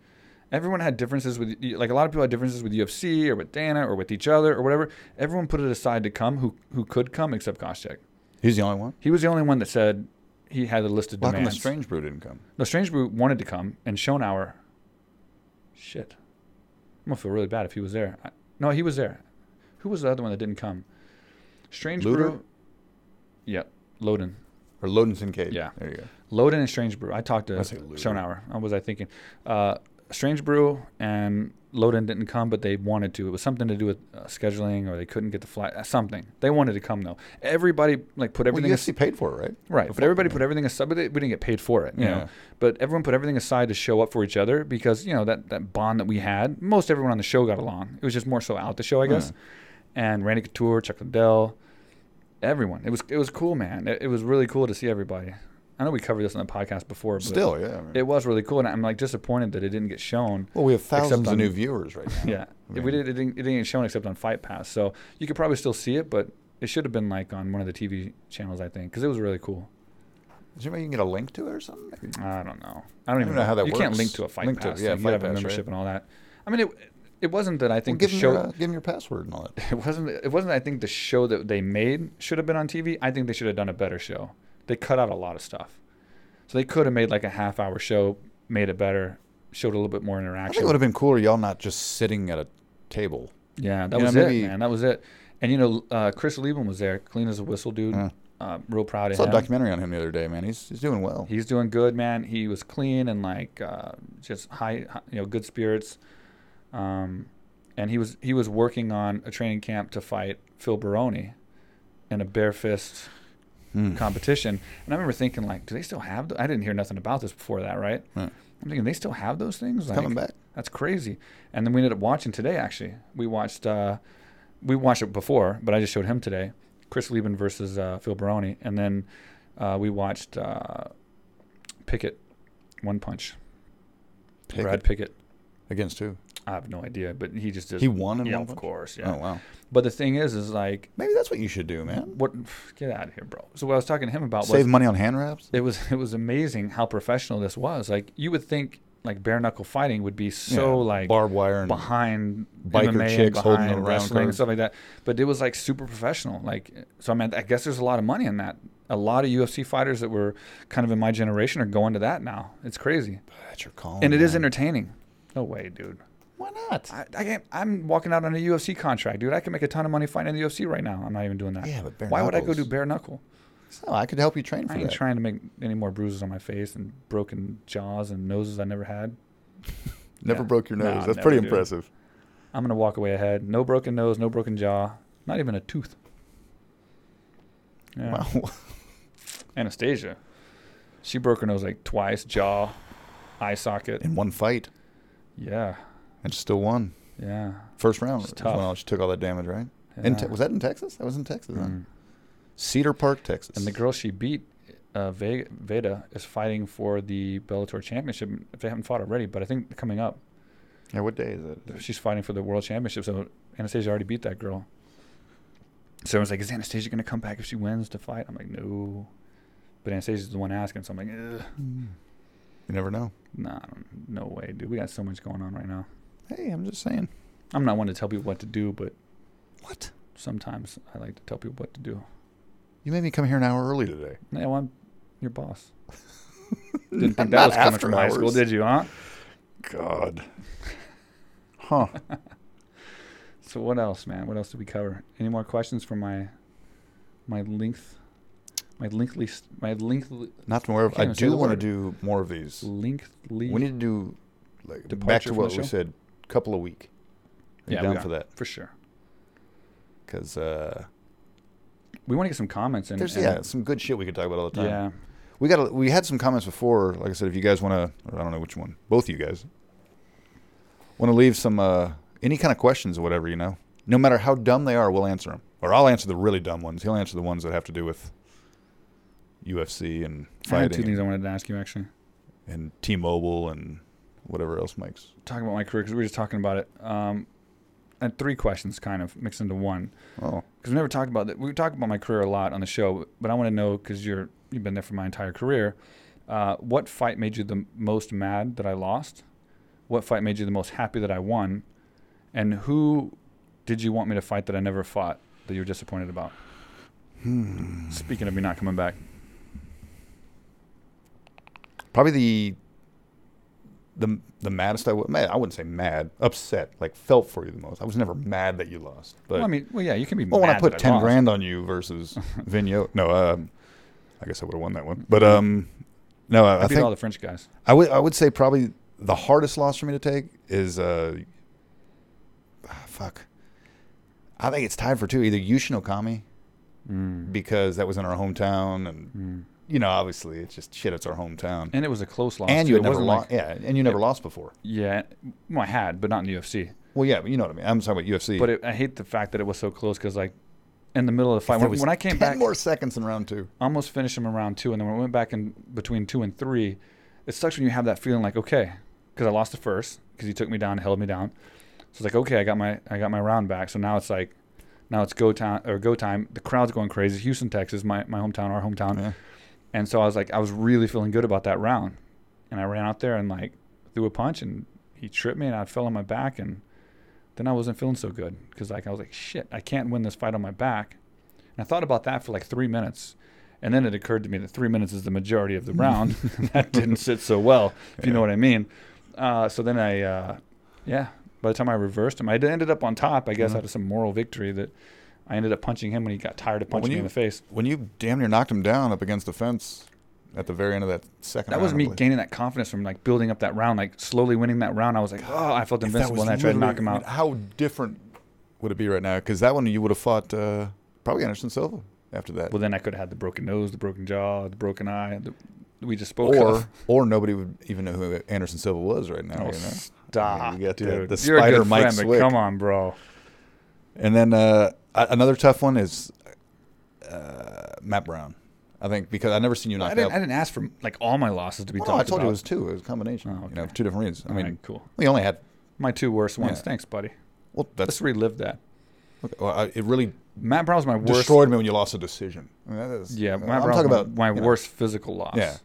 S2: Everyone had differences with like a lot of people had differences with UFC or with Dana or with each other or whatever. Everyone put it aside to come who who could come except Koscheck.
S1: he's the only one.
S2: He was the only one that said he had a list of
S1: Well, How come the
S2: demands.
S1: Strange Brew didn't come?
S2: No, Strange Brew wanted to come, and Schonauer. Shit. I'm gonna feel really bad if he was there. I, no, he was there. Who was the other one that didn't come? Strange
S1: Luder?
S2: Brew. Yeah, Loden.
S1: or Loden's in Cade.
S2: Yeah.
S1: there you go.
S2: Loden and Strange Brew. I talked to
S1: I say Loden.
S2: Schonauer. What was I thinking? Uh, Strange Brew and Loden didn't come, but they wanted to. It was something to do with uh, scheduling, or they couldn't get the flight. uh, Something they wanted to come though. Everybody like put
S1: Well,
S2: everything as-
S1: UFC paid for it, right?
S2: right, but everybody put everything aside. But they, we didn't get paid for it. You
S1: Yeah.
S2: know? But everyone put everything aside to show up for each other because you know that that bond that we had. Most everyone on the show got along. It was just more so out the show, I guess. And Randy Couture, Chuck Liddell, everyone. It was it was cool, man. It, it was really cool to see everybody. I know we covered this on the podcast before. But
S1: Still, yeah. I mean-
S2: it was really cool, and I'm like disappointed that it didn't get shown.
S1: well, we have
S2: Except
S1: thousands of
S2: on-
S1: new viewers right now.
S2: Yeah, If we did. It didn't, it didn't get shown except on Fight Pass, so you could probably still see it, but it should have been like on one of the TV channels, I think, because it was really cool.
S1: Is there any way you can get a link to it or something? Maybe.
S2: I don't know. I don't even
S1: know how that
S2: You can't
S1: works.
S2: link to a Fight
S1: Link to-
S2: Pass.
S1: yeah,
S2: yeah, you
S1: Fight
S2: gotta have a
S1: Pass, right.
S2: membership and all that. I mean, it it wasn't that I
S1: Well,
S2: think
S1: give
S2: the
S1: them
S2: show.
S1: your, uh, give them your password and all that.
S2: it wasn't. It wasn't. I think the show that they made should have been on TV. I think they should have done a better show. They cut out a lot of stuff, so they could have made like a half-hour show, made it better, showed a little bit more
S1: I
S2: interaction.
S1: think it would have been cooler y'all not just sitting at a table.
S2: Yeah, that
S1: You know,
S2: was
S1: maybe-
S2: it, man. That was it. And you know, uh, Chris Lieben was there, clean as a whistle, dude.
S1: Yeah.
S2: Uh, real
S1: Uh-huh.
S2: proud
S1: I
S2: of
S1: saw a
S2: him.
S1: documentary on him the other day, man. He's he's doing well.
S2: He's doing good, man. He was clean and like uh, just high, hi- you know, good spirits. Um, and he was he was working on a training camp to fight Phil Baroni in a bare fist
S1: Hmm.
S2: competition. And I remember thinking, like, do they still have? Th- I didn't hear nothing about this before that, right?
S1: Yeah.
S2: I'm thinking they still have those things. Like,
S1: Coming back.
S2: That's crazy. And then we ended up watching today. Actually, we watched uh, we watched it before, but I just showed him today. Chris Lieben versus uh, Phil Baroni, and then uh, we watched uh, Pickett, One Punch,
S1: Pickett?
S2: Brad Pickett.
S1: Against who?
S2: I have no idea, but he just did.
S1: He won in
S2: yeah,
S1: One
S2: of
S1: Punch?
S2: course, yeah.
S1: Oh wow.
S2: But the thing is, is like,
S1: Maybe that's what you should do, man.
S2: what? Get out of here, bro. So what I was talking to him about was
S1: Save money on hand wraps.
S2: it was it was amazing how professional this was. Like you would think like bare knuckle fighting would be so
S1: Yeah,
S2: like
S1: barbed wire and
S2: behind
S1: biker
S2: MMA and
S1: chicks holding
S2: behind
S1: a round
S2: wrestling
S1: card.
S2: and stuff like that. But it was like super professional. Like so, I mean, I guess there's a lot of money in that. A lot of UFC fighters that were kind of in my generation are going to that now. It's crazy,
S1: that's your call.
S2: and it is
S1: man.
S2: entertaining. No way, dude.
S1: Why not?
S2: I, I can't, I'm walking out on a UFC contract, dude. I can make a ton of money fighting in the UFC right now. I'm not even doing that.
S1: Yeah, but bare
S2: why would I go do
S1: knuckles-
S2: bare knuckle?
S1: So I could help you train for
S2: I ain't
S1: that.
S2: trying to make any more bruises on my face and broken jaws and noses I never had.
S1: Never
S2: Yeah.
S1: broke your
S2: No,
S1: nose. that's
S2: never,
S1: pretty
S2: dude.
S1: impressive.
S2: I'm gonna walk away ahead. No broken nose, no broken jaw, not even a tooth. Yeah.
S1: Wow.
S2: Anastasia, she broke her nose like twice, jaw, eye socket.
S1: in one fight
S2: Yeah,
S1: and still won.
S2: yeah.
S1: First round.
S2: It's
S1: is
S2: tough.
S1: when all- she took all that damage, right? In
S2: yeah.
S1: te- was that in Texas? That was in Texas. Huh?
S2: Mm.
S1: Cedar Park, Texas.
S2: And the girl she beat, uh, Ve- Veda, is fighting for the Bellator championship. If they haven't fought already, but I think coming up,
S1: yeah, what day is it?
S2: she's fighting for the world championship. So Anastasia already beat that girl. So I was like, is Anastasia going to come back if she wins to fight? I'm like, no. But Anastasia's the one asking, so I'm like, Ugh.
S1: You never know.
S2: nah, I don't- no way, dude. We got so much going on right now.
S1: Hey, I'm just saying.
S2: I'm not one to tell people what to do, but
S1: What?
S2: sometimes I like to tell people what to do.
S1: You made me come here an hour early today.
S2: Now I'm your boss. Didn't
S1: Not-
S2: think that
S1: not
S2: was coming
S1: after
S2: from high school,
S1: hours.
S2: did you, huh?
S1: God. Huh.
S2: So what else, man? What else did we cover? Any more questions for my my length, my lengthly, s- my lengthly,
S1: Not from wherever.
S2: Can't
S1: I
S2: even say
S1: do
S2: the
S1: want to
S2: word.
S1: do more of these.
S2: lengthly?
S1: We need to do like back to
S2: Departure from
S1: what
S2: the
S1: we
S2: show?
S1: said. Couple a week. Are you
S2: Yeah, we
S1: down
S2: are.
S1: for that
S2: for sure.
S1: because uh,
S2: We want to get some comments and,
S1: there's
S2: and-
S1: yeah some good shit we could talk about all the time.
S2: yeah.
S1: We got we had some comments before. Like I said, if you guys want to, I don't know which one, both you guys want to leave some uh, any kind of questions or whatever, you know, no matter how dumb they are, we'll answer them, or I'll answer the really dumb ones. He'll answer the ones that have to do with UFC and
S2: I had two things
S1: fighting
S2: I wanted to ask you actually.
S1: and T-Mobile and whatever else Mike's.
S2: Talking about my career because we were just talking about it. Um, I had three questions kind of mixed into one
S1: Oh,
S2: because we never talked about that. We talked about my career a lot on the show, but I want to know because you're you've been there for my entire career. Uh, what fight made you the most mad that I lost? What fight made you the most happy that I won? And who did you want me to fight that I never fought that you were disappointed about?
S1: Hmm.
S2: Speaking of me not coming back,
S1: probably the the the maddest I was. Mad, I wouldn't say mad, upset. Like felt for you the most. I was never mad that you lost. But
S2: Well, I mean, well, yeah, you can be.
S1: well, when I
S2: mad
S1: put
S2: that
S1: ten
S2: lost.
S1: grand on you versus Vigneault, no, um, I guess I would have won that one. But um, no, I,
S2: I,
S1: I
S2: beat
S1: think
S2: all the French guys.
S1: I would I would say probably the hardest loss for me to take is uh, ah, fuck. I think it's tied for two. Either Yushin Okami
S2: Mm.
S1: because that was in our hometown, and you know, obviously, it's just shit. It's our hometown, and,
S2: And it was a close loss.
S1: you
S2: too.
S1: had
S2: It
S1: never
S2: wasn't
S1: lost.
S2: like-
S1: yeah, and you never lost before.
S2: yeah, well, I had, but not in the UFC.
S1: Well, yeah, but you know what I mean. I'm talking about UFC.
S2: But it, I hate the fact that it was so close because, like, in the middle of the fight,
S1: There
S2: when,
S1: was
S2: when I
S1: 10
S2: came back,
S1: more seconds in round two.
S2: I almost finished him in round two, and then when I went back in between two and three, it sucks when you have that feeling like okay, because I lost the first because he took me down, held me down. So it's like okay, I got my I got my round back. So now it's like now it's go time or go time. The crowd's going crazy. Houston, Texas, my my hometown, our hometown.
S1: Yeah.
S2: And so I was like, I was really feeling good about that round, and I ran out there and like threw a punch, and he tripped me, and I fell on my back, and then I wasn't feeling so good because like I was like shit, I can't win this fight on my back. And I thought about that for like three minutes. And then it occurred to me that three minutes is the majority of the round. that didn't sit so well, if you know what I mean. Uh, so then I, uh, yeah, by the time I reversed him, I d- ended up on top, I guess,
S1: Mhm.
S2: out of some moral victory that I ended up punching him when he got tired of
S1: Well,
S2: punching
S1: when
S2: me
S1: you-
S2: in the face.
S1: When you damn near knocked him down up against the fence at the very end of that second
S2: That
S1: round,
S2: was
S1: I
S2: me
S1: believe.
S2: gaining that confidence from like building up that round, like slowly winning that round. I was like, oh, I felt
S1: If that
S2: invincible,
S1: was
S2: and I tried to
S1: literally-
S2: knock him
S1: I mean,
S2: out.
S1: how different would it be right now? Because that one you would have fought uh, probably Anderson Silva after that.
S2: Well, then I could have had the broken nose, the broken jaw, the broken eye. The, we just spoke
S1: or
S2: of.
S1: or nobody would even know who Anderson Silva was right now.
S2: Oh,
S1: you know?
S2: stop,
S1: You got the-
S2: dude.
S1: the
S2: You're a
S1: spider
S2: good
S1: Mike
S2: friend,
S1: Swick.
S2: but come on, bro.
S1: And then uh, a- another tough one is uh, Matt Brown. I think because I never seen you
S2: I
S1: knocked
S2: didn't, I
S1: out.
S2: didn't ask for like all my losses to be
S1: Well, no,
S2: talked
S1: I told
S2: about.
S1: you it was two. It was a combination.
S2: Oh,
S1: You know,
S2: okay.
S1: two different reasons. I mean,
S2: Alright, cool.
S1: we only had.
S2: My two worst ones.
S1: Yeah.
S2: Thanks, buddy.
S1: Well, that's
S2: Let's relive that.
S1: Okay, well, I, it really
S2: Matt Brown's my worst.
S1: destroyed me when you lost a decision. I mean, that is,
S2: Yeah,
S1: I'm
S2: Matt Brown's
S1: talking
S2: my,
S1: about
S2: my
S1: you know,
S2: worst physical loss.
S1: Yeah.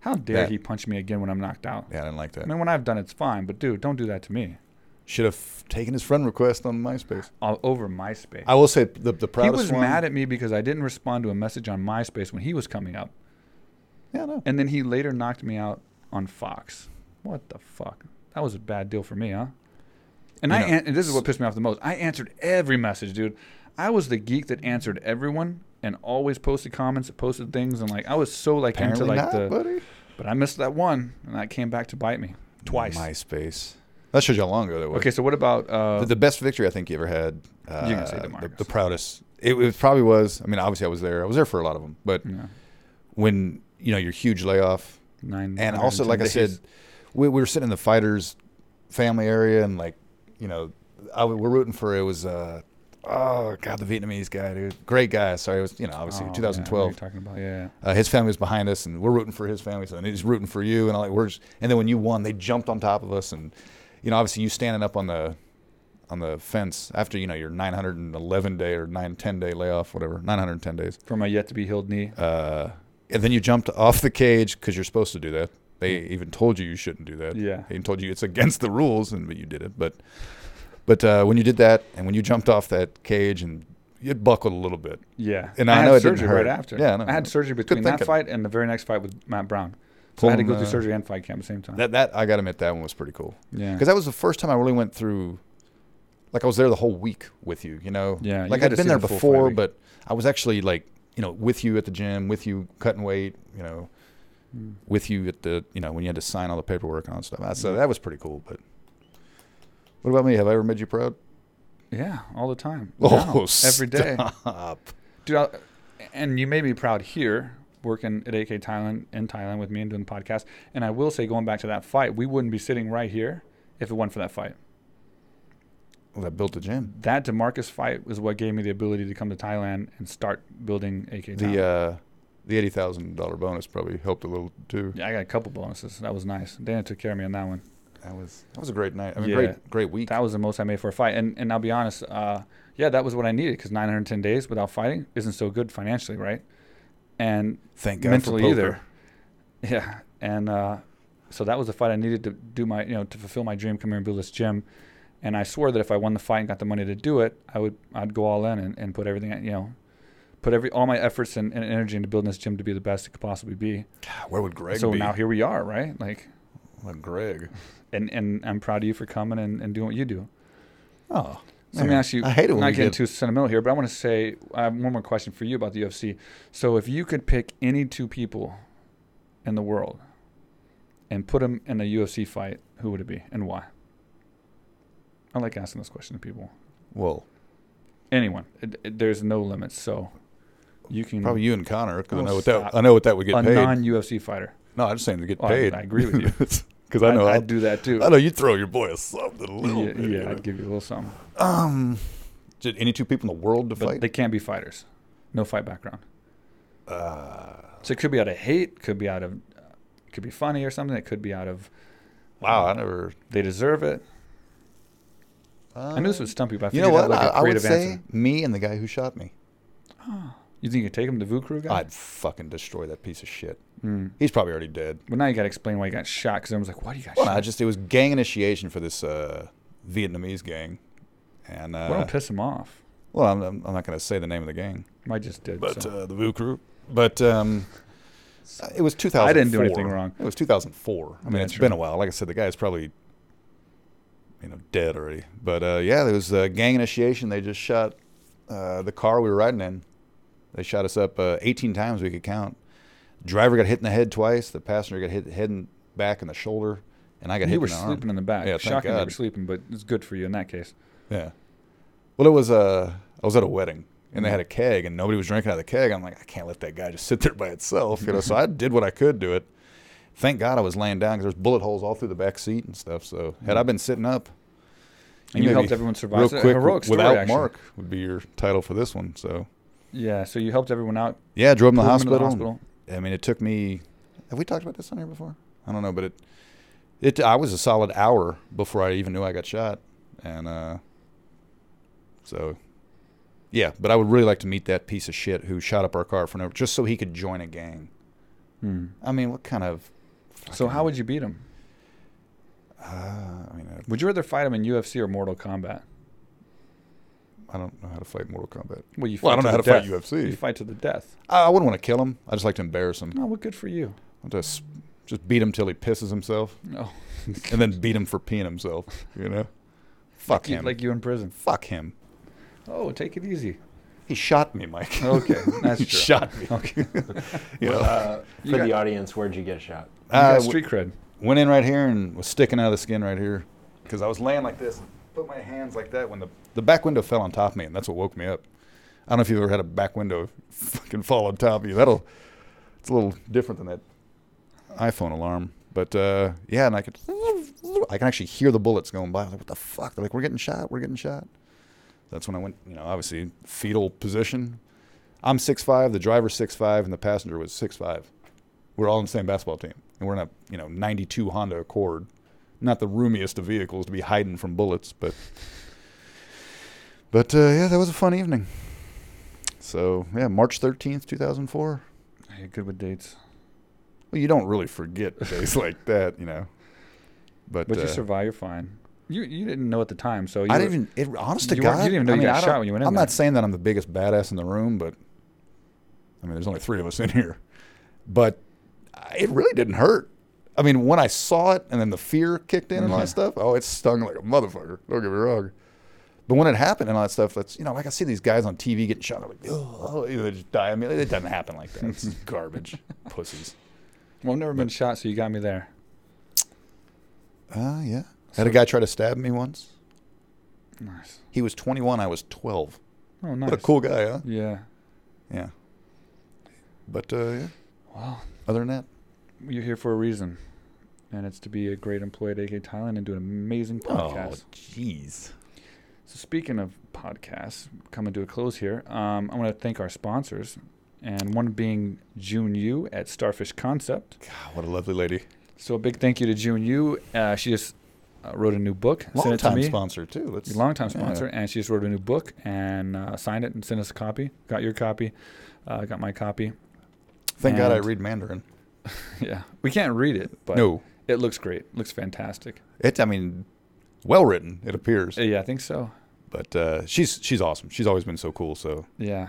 S2: How dare
S1: That.
S2: he punch me again when I'm knocked out?
S1: Yeah, I didn't like that.
S2: I mean, when I've done it's fine, but dude, don't do that to me.
S1: Should have taken his friend request on MySpace.
S2: All over MySpace.
S1: I will say the the
S2: he
S1: proudest
S2: was
S1: one-
S2: mad at me because I didn't respond to a message on MySpace when he was coming up,
S1: Yeah, no.
S2: and then he later knocked me out on Fox. What the fuck? That was a bad deal for me, huh? And
S1: You
S2: I
S1: know,
S2: an- and this is what pissed me off the most. I answered every message, dude. I was the geek that answered everyone and always posted comments, posted things, and like I was so like
S1: Apparently
S2: into like
S1: not,
S2: the.
S1: buddy.
S2: But I missed that one, and that came back to bite me twice.
S1: MySpace. That shows you how long ago that was.
S2: Okay, so what about uh,
S1: The, the best victory I think you ever had. Uh,
S2: You can say
S1: the,
S2: DeMarcus.
S1: the proudest. It, was probably was. I mean, obviously I was there. I was there for a lot of them. But
S2: no,
S1: when you know your huge layoff,
S2: nine
S1: and also like
S2: 110
S1: I said,
S2: days. Oh,
S1: we, we were sitting in the fighters' family area, and like you know, I, w- we're rooting for it was. Uh, oh god, the Vietnamese guy, dude, great guy. Sorry, it was you know
S2: Oh, yeah, I
S1: obviously
S2: know what
S1: 2012.
S2: you're talking about yeah,
S1: uh, his family was behind us, and we're rooting for his family, so- and he's rooting for you, and all that. We're just, and then when you won, they jumped on top of us, and you know, obviously, you standing up on the on the fence after you know your 911 day or 910 day layoff, whatever, 910 days,
S2: for my yet to be healed knee.
S1: uh, and then you jumped off the cage because you're supposed to do that. They even told you you shouldn't do that.
S2: Yeah.
S1: They even told you it's against the rules, and but you did it. But but uh, when you did that, and when you jumped off that cage, and it buckled a little bit.
S2: Yeah,
S1: And I
S2: had
S1: know it didn't
S2: surgery
S1: hurt.
S2: right after.
S1: Yeah, I know.
S2: I had surgery between that
S1: thinking.
S2: fight and the very next fight with Matt Brown. So I had to
S1: Pulling,
S2: go through
S1: uh,
S2: surgery and fight camp at the same time.
S1: That that I gotta admit that one was pretty cool.
S2: yeah,
S1: because that was the first time I really went through. Like I was there the whole week with you, you know.
S2: Yeah, you
S1: Like
S2: got
S1: I'd
S2: to
S1: been
S2: see
S1: there
S2: the full
S1: before,
S2: fighting.
S1: but I was actually like, you know, with you at the gym, with you cutting weight, you know,
S2: Mm.
S1: with you at the, you know, when you had to sign all the paperwork and all that stuff. Uh, So
S2: Mhm.
S1: that was pretty cool. But what about me? Have I ever made you proud?
S2: yeah, all the time.
S1: Oh,
S2: Now, every day.
S1: stop.
S2: dude. I, and you may be proud here working at AK Thailand in Thailand with me and doing the podcast. And I will say, going back to that fight, we wouldn't be sitting right here if it wasn't for that fight.
S1: Well, that built the gym.
S2: That Demarcus fight was what gave me the ability to come to Thailand and start building AK. Thailand.
S1: The uh, the eighty thousand dollar bonus probably helped a little too.
S2: yeah, I got a couple bonuses. That was nice. Dana took care of me on that one.
S1: That was that was a great night. I mean,
S2: Yeah.
S1: great great week.
S2: That was the most I made for a fight. And and I'll be honest, uh, yeah, that was what I needed because 910 days without fighting isn't so good financially, right? And
S1: Thank God for
S2: mentally
S1: poker.
S2: either. Yeah, and uh, so that was the fight I needed to do my you know to fulfill my dream, come here and build this gym. And I swore that if I won the fight and got the money to do it, I would I'd go all in and, and put everything you know, put every all my efforts and, and energy into building this gym to be the best it could possibly be.
S1: Where would Greg
S2: so
S1: be?
S2: now here we are, right? Like
S1: Like Greg.
S2: and and I'm proud of you for coming and, and doing what you do.
S1: Oh.
S2: So let me
S1: man,
S2: ask you.
S1: I hate it when
S2: not
S1: we
S2: getting
S1: get
S2: too sentimental here, but I want to say I have one more question for you about the UFC. So if you could pick any two people in the world and put them in a UFC fight, who would it be and why? I like asking this question to people.
S1: Well,
S2: Anyone. It, it- there's no limits, so you can
S1: probably you and Connor. 'cause I
S2: Well,
S1: know what
S2: stop.
S1: that. I know what that would get
S2: a
S1: paid.
S2: non-UFC fighter.
S1: no, I'm just saying to get
S2: Oh, I-
S1: paid.
S2: I agree with you.
S1: Because I know.
S2: I'd,
S1: I,
S2: I'd do that too.
S1: I know you throw your boy a something a little
S2: Yeah,
S1: bit. you
S2: yeah,
S1: know.
S2: I'd give you a little something.
S1: Um, did any two people in the world to
S2: But
S1: fight?
S2: they can't be fighters. No fight background.
S1: uh,
S2: So it could be out of hate, could be out of, could be funny or something. It could be out of
S1: wow, I never.
S2: they deserve it. I knew this would stump you, but I
S1: You
S2: figured
S1: know what?
S2: out like
S1: I,
S2: a
S1: I would
S2: creative
S1: say
S2: answer.
S1: me and the guy who shot me.
S2: You think you could take him to Vu Crew guy?
S1: I'd fucking destroy that piece of shit.
S2: Mm.
S1: He's probably already dead.
S2: But now you got to explain why you got shot because everyone's like, "Why do you got
S1: Well,
S2: shot?"
S1: I just it was gang initiation for this uh, Vietnamese gang, and uh,
S2: well, don't piss him off.
S1: well, I'm, I'm not going to say the name of the gang,
S2: I just did.
S1: but
S2: so.
S1: uh, the Vu Crew. But um, uh, it was 2004.
S2: I didn't do anything wrong.
S1: It was 2004. I mean,
S2: Yeah,
S1: it's
S2: true.
S1: been a while. Like I said, the guy's probably you know dead already. But uh, yeah, there was a gang initiation. They just shot uh, the car we were riding in. They shot us up uh, 18 times we could count. Driver got hit in the head twice. The passenger got hit head and back and the shoulder, and I got hit
S2: you were
S1: in the arm.
S2: sleeping in the back.
S1: Yeah, thank
S2: Shocking you were
S1: God.
S2: sleeping, but it's good for you in that case.
S1: Yeah. Well, it was. Uh, I was at a wedding, and they had a keg, and nobody was drinking out of the keg. I'm like, I can't let that guy just sit there by itself, you know. so I did what I could do it. Thank God I was laying down because there's bullet holes all through the back seat and stuff. So had I been sitting up,
S2: Mm. And you
S1: maybe
S2: helped everyone survive.
S1: Real
S2: It's a
S1: quick,
S2: heroic story,
S1: without
S2: actually.
S1: Mark would be your title for this one. So
S2: Yeah, so you helped everyone out.
S1: yeah, I drove him to the
S2: pulled him into
S1: hospital. I mean, it took me. Have we talked about this on here before? I don't know, but it, it. I was a solid hour before I even knew I got shot, and uh, so, yeah. But I would really like to meet that piece of shit who shot up our car for no, just so he could join a gang.
S2: Hmm.
S1: I mean, what kind of?
S2: So how would you beat him?
S1: Uh, I mean, I,
S2: Would you rather fight him in UFC or Mortal Kombat?
S1: I don't know how to fight Mortal Kombat.
S2: Well, you fight
S1: Well, I don't know how
S2: the
S1: to fight
S2: death.
S1: UFC.
S2: You fight to the death.
S1: I, I wouldn't want to kill him. I just like to embarrass him.
S2: No, well, good for you.
S1: I'll just just beat him till he pisses himself,
S2: No,
S1: and then beat him for peeing himself. You know, fuck
S2: you,
S1: him.
S2: like you in prison.
S1: fuck him.
S2: Oh, take it easy.
S1: He shot me, Mike.
S2: Okay, that's
S1: he
S2: true.
S1: shot me.
S2: Okay, you
S1: You know,
S3: Uh,
S2: Oh. You
S3: for
S2: got-
S3: the audience, where'd you get shot?
S1: I
S2: got
S1: Uh, w-
S2: street cred.
S1: went in right here and was sticking out of the skin right here because I was laying like this, put my hands like that when the the back window fell on top of me, and that's what woke me up. I don't know if you've ever had a back window fucking fall on top of you. That'll it's a little different than that iPhone alarm, but uh, yeah, and I could I can actually hear the bullets going by. I was like, what the fuck? They're like, we're getting shot, we're getting shot. That's when I went, you know, obviously fetal position. I'm six five, the driver's six five, and the passenger was six five. We're all on the same basketball team, and we're in a you know '92 Honda Accord, not the roomiest of vehicles to be hiding from bullets, but but uh, yeah, that was a fun evening. So yeah, March 13th, 2004.
S2: You're good with dates,
S1: Well, you don't really forget days like that, you know. But,
S2: but
S1: uh,
S2: you survive. You're fine. You you didn't know at the time, so you
S1: I
S2: were-
S1: didn't even. It, honest to
S2: You weren't-
S1: God,
S2: you didn't even know
S1: I
S2: you
S1: mean,
S2: got
S1: I
S2: shot
S1: don't-
S2: when you went in
S1: I'm
S2: there.
S1: not saying that I'm the biggest badass in the room, but I mean, there's only three of us in here. But I- it really didn't hurt. I mean, when I saw it, and then the fear kicked in and all
S2: Yeah.
S1: that stuff. Oh, it stung like a motherfucker. Don't get me wrong. But when it happened and all that stuff, that's you know, like I see these guys on TV getting shot. They're like, oh, they just die. I mean, it doesn't happen like that. It's garbage, pussies.
S2: Well, I've never been shot, so you got me there.
S1: Ah, yeah. Had a guy try to stab me once.
S2: Nice.
S1: He was 21. I was 12.
S2: Oh, nice.
S1: What a cool guy, huh?
S2: Yeah.
S1: Yeah. But uh, yeah.
S2: Well,
S1: Other than that,
S2: you're here for a reason, and it's to be a great employee at AK Thailand and do an amazing
S1: Oh,
S2: podcast.
S1: jeez.
S2: So speaking of podcasts, coming to a close here, um, I want to thank our sponsors, and one being June Yu at Starfish Concept.
S1: God, what a lovely lady.
S2: So a big thank you to June Yu. Uh, she just uh, wrote a new book, sent
S1: Long
S2: it to
S1: time
S2: me.
S1: sponsor too. Let's
S2: Long time
S1: yeah.
S2: sponsor, and she just wrote a new book and uh, signed it and sent us a copy. Got your copy, uh, got my copy.
S1: Thank God I
S2: And-
S1: read Mandarin.
S2: yeah, we can't read it, but
S1: no,
S2: it looks great. Looks fantastic.
S1: it. I mean, well written. It appears.
S2: Uh, Yeah, I think so.
S1: but uh, she's she's awesome. She's always been so cool. So
S2: Yeah.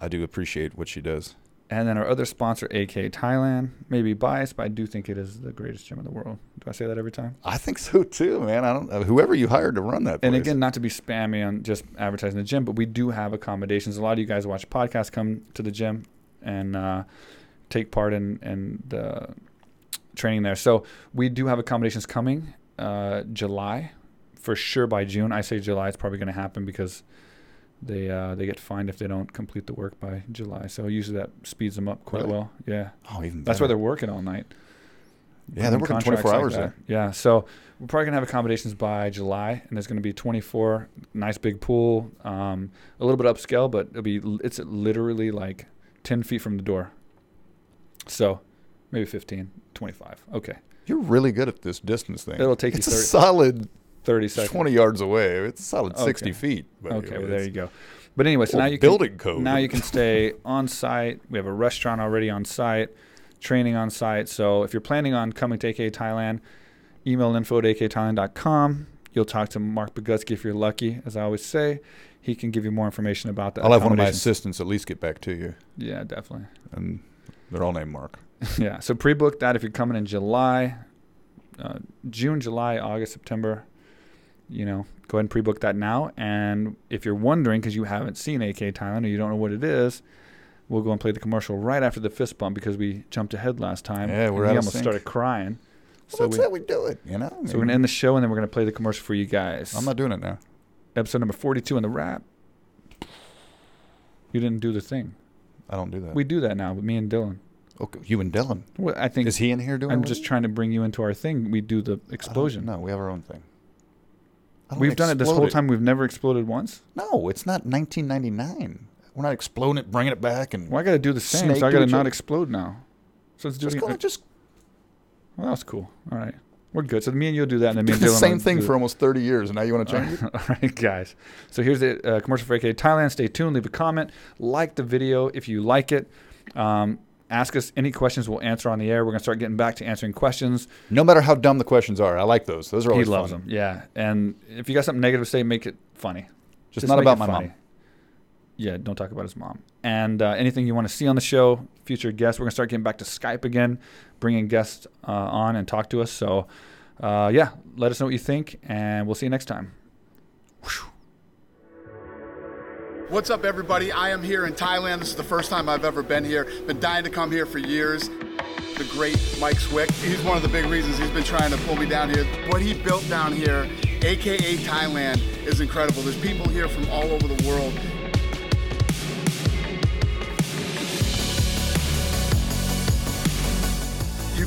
S1: I do appreciate what she does.
S2: And then our other sponsor, AK Thailand. Maybe biased, but I do think it is the greatest gym in the world. Do I say that every time?
S1: I think so too, man. I don't. uh, Whoever you hired to run that.
S2: And
S1: place.
S2: again, not to be spammy on just advertising the gym, but we do have accommodations. A lot of you guys watch podcasts, come to the gym and uh, take part in in the training there. So we do have accommodations coming uh, July for sure by June. I say July. It's probably going to happen because they uh, they get fined if they don't complete the work by July. So usually that speeds them up quite
S1: Really?
S2: well. Yeah,
S1: oh, even
S2: that's
S1: better.
S2: why they're working all night.
S1: Yeah, they're
S2: Running
S1: working
S2: contracts
S1: 24 hours
S2: that. Yeah, so we're probably gonna have accommodations by July, and there's gonna be 24 nice big pool, um, a little bit upscale, but it'll be it's literally like 10 feet from the door. So maybe 15, 25. Okay,
S1: You're really good at this distance thing.
S2: it'll take
S1: it's
S2: you
S1: a
S2: 30,
S1: solid
S2: 30 seconds.
S1: 20 yards away. It's a solid
S2: Okay.
S1: 60 feet. But
S2: Okay, well there you go. But anyway, so
S1: Well,
S2: now you
S1: building
S2: can,
S1: code.
S2: Now you can stay on site. We have a restaurant already on site, training on site. So if you're planning on coming to AK Thailand, email info at akthailand.com. You'll talk to Mark Bogutsky if you're lucky, as I always say. He can give you more information about that.
S1: I'll have one of my assistants at least get back to you,
S2: Yeah, definitely.
S1: and they're all named Mark.
S2: yeah, so pre-book that if you're coming in July, uh, June, July, August, September. You know, go ahead and pre-book that now. And if you're wondering because you haven't seen AK Thailand or you don't know what it is, we'll go and play the commercial right after the fist bump because we jumped ahead last time.
S1: Yeah,
S2: and
S1: we're
S2: we
S1: out of
S2: almost
S1: sync.
S2: started crying. So we,
S1: we do it. You know.
S2: so we're gonna end the show and then we're gonna play the commercial for you guys.
S1: I'm not doing it now.
S2: episode number 42 in the wrap. You didn't do the thing.
S1: I don't do that.
S2: We do that now, but me and Dylan.
S1: okay, you and Dylan.
S2: Well, I think
S1: Is he in here doing?
S2: I'm
S1: it?
S2: just trying to bring you into our thing. We do the explosion.
S1: No, we have our own thing. I don't
S2: We've done it this whole
S1: explode
S2: time. We've never exploded once.
S1: No, it's not 1999. We're not exploding it, bringing it back, and
S2: Well, I got to do the same,
S1: Snake
S2: so I got to
S1: do it,
S2: not
S1: Joe.
S2: explode now. So let's do
S1: just
S2: it.
S1: gonna
S2: Again.
S1: just
S2: Well, that was cool. All right, we're good. So me and you'll do that, and then me
S1: do
S2: and
S1: the
S2: Dylan Uh, will
S1: same thing
S2: do-
S1: for almost 30 years, and now you want to
S2: All
S1: change it?
S2: right, all right, guys. So here's the uh, commercial for AK Thailand. Stay tuned. Leave a comment. Like the video if you like it. Um, ask us any questions. We'll answer on the air. We're gonna start getting back to answering questions.
S1: No matter how dumb the questions are, I like those. Those are
S2: He
S1: always
S2: loves
S1: fun.
S2: them. Yeah. And if you got something negative to say, make it funny.
S1: Just not
S2: make
S1: about
S2: it
S1: my
S2: funny.
S1: mom.
S2: Yeah, don't talk about his mom. And uh, anything you want to see on the show, future guests, we're gonna start getting back to Skype again, bringing guests uh, on and talk to us. So, uh, yeah, let us know what you think, and we'll see you next time.
S4: What's up, everybody? I am here in Thailand. This is the first time I've ever been here. Been dying to come here for years. The great Mike Swick. He's one of the big reasons he's been trying to pull me down here. What he built down here, aka Thailand, is incredible. There's people here from all over the world. You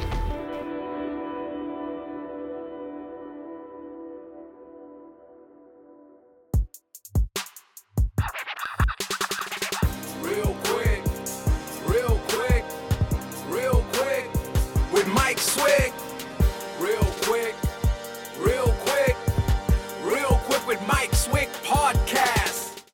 S5: Real quick, real quick, real quick with Mike Swick.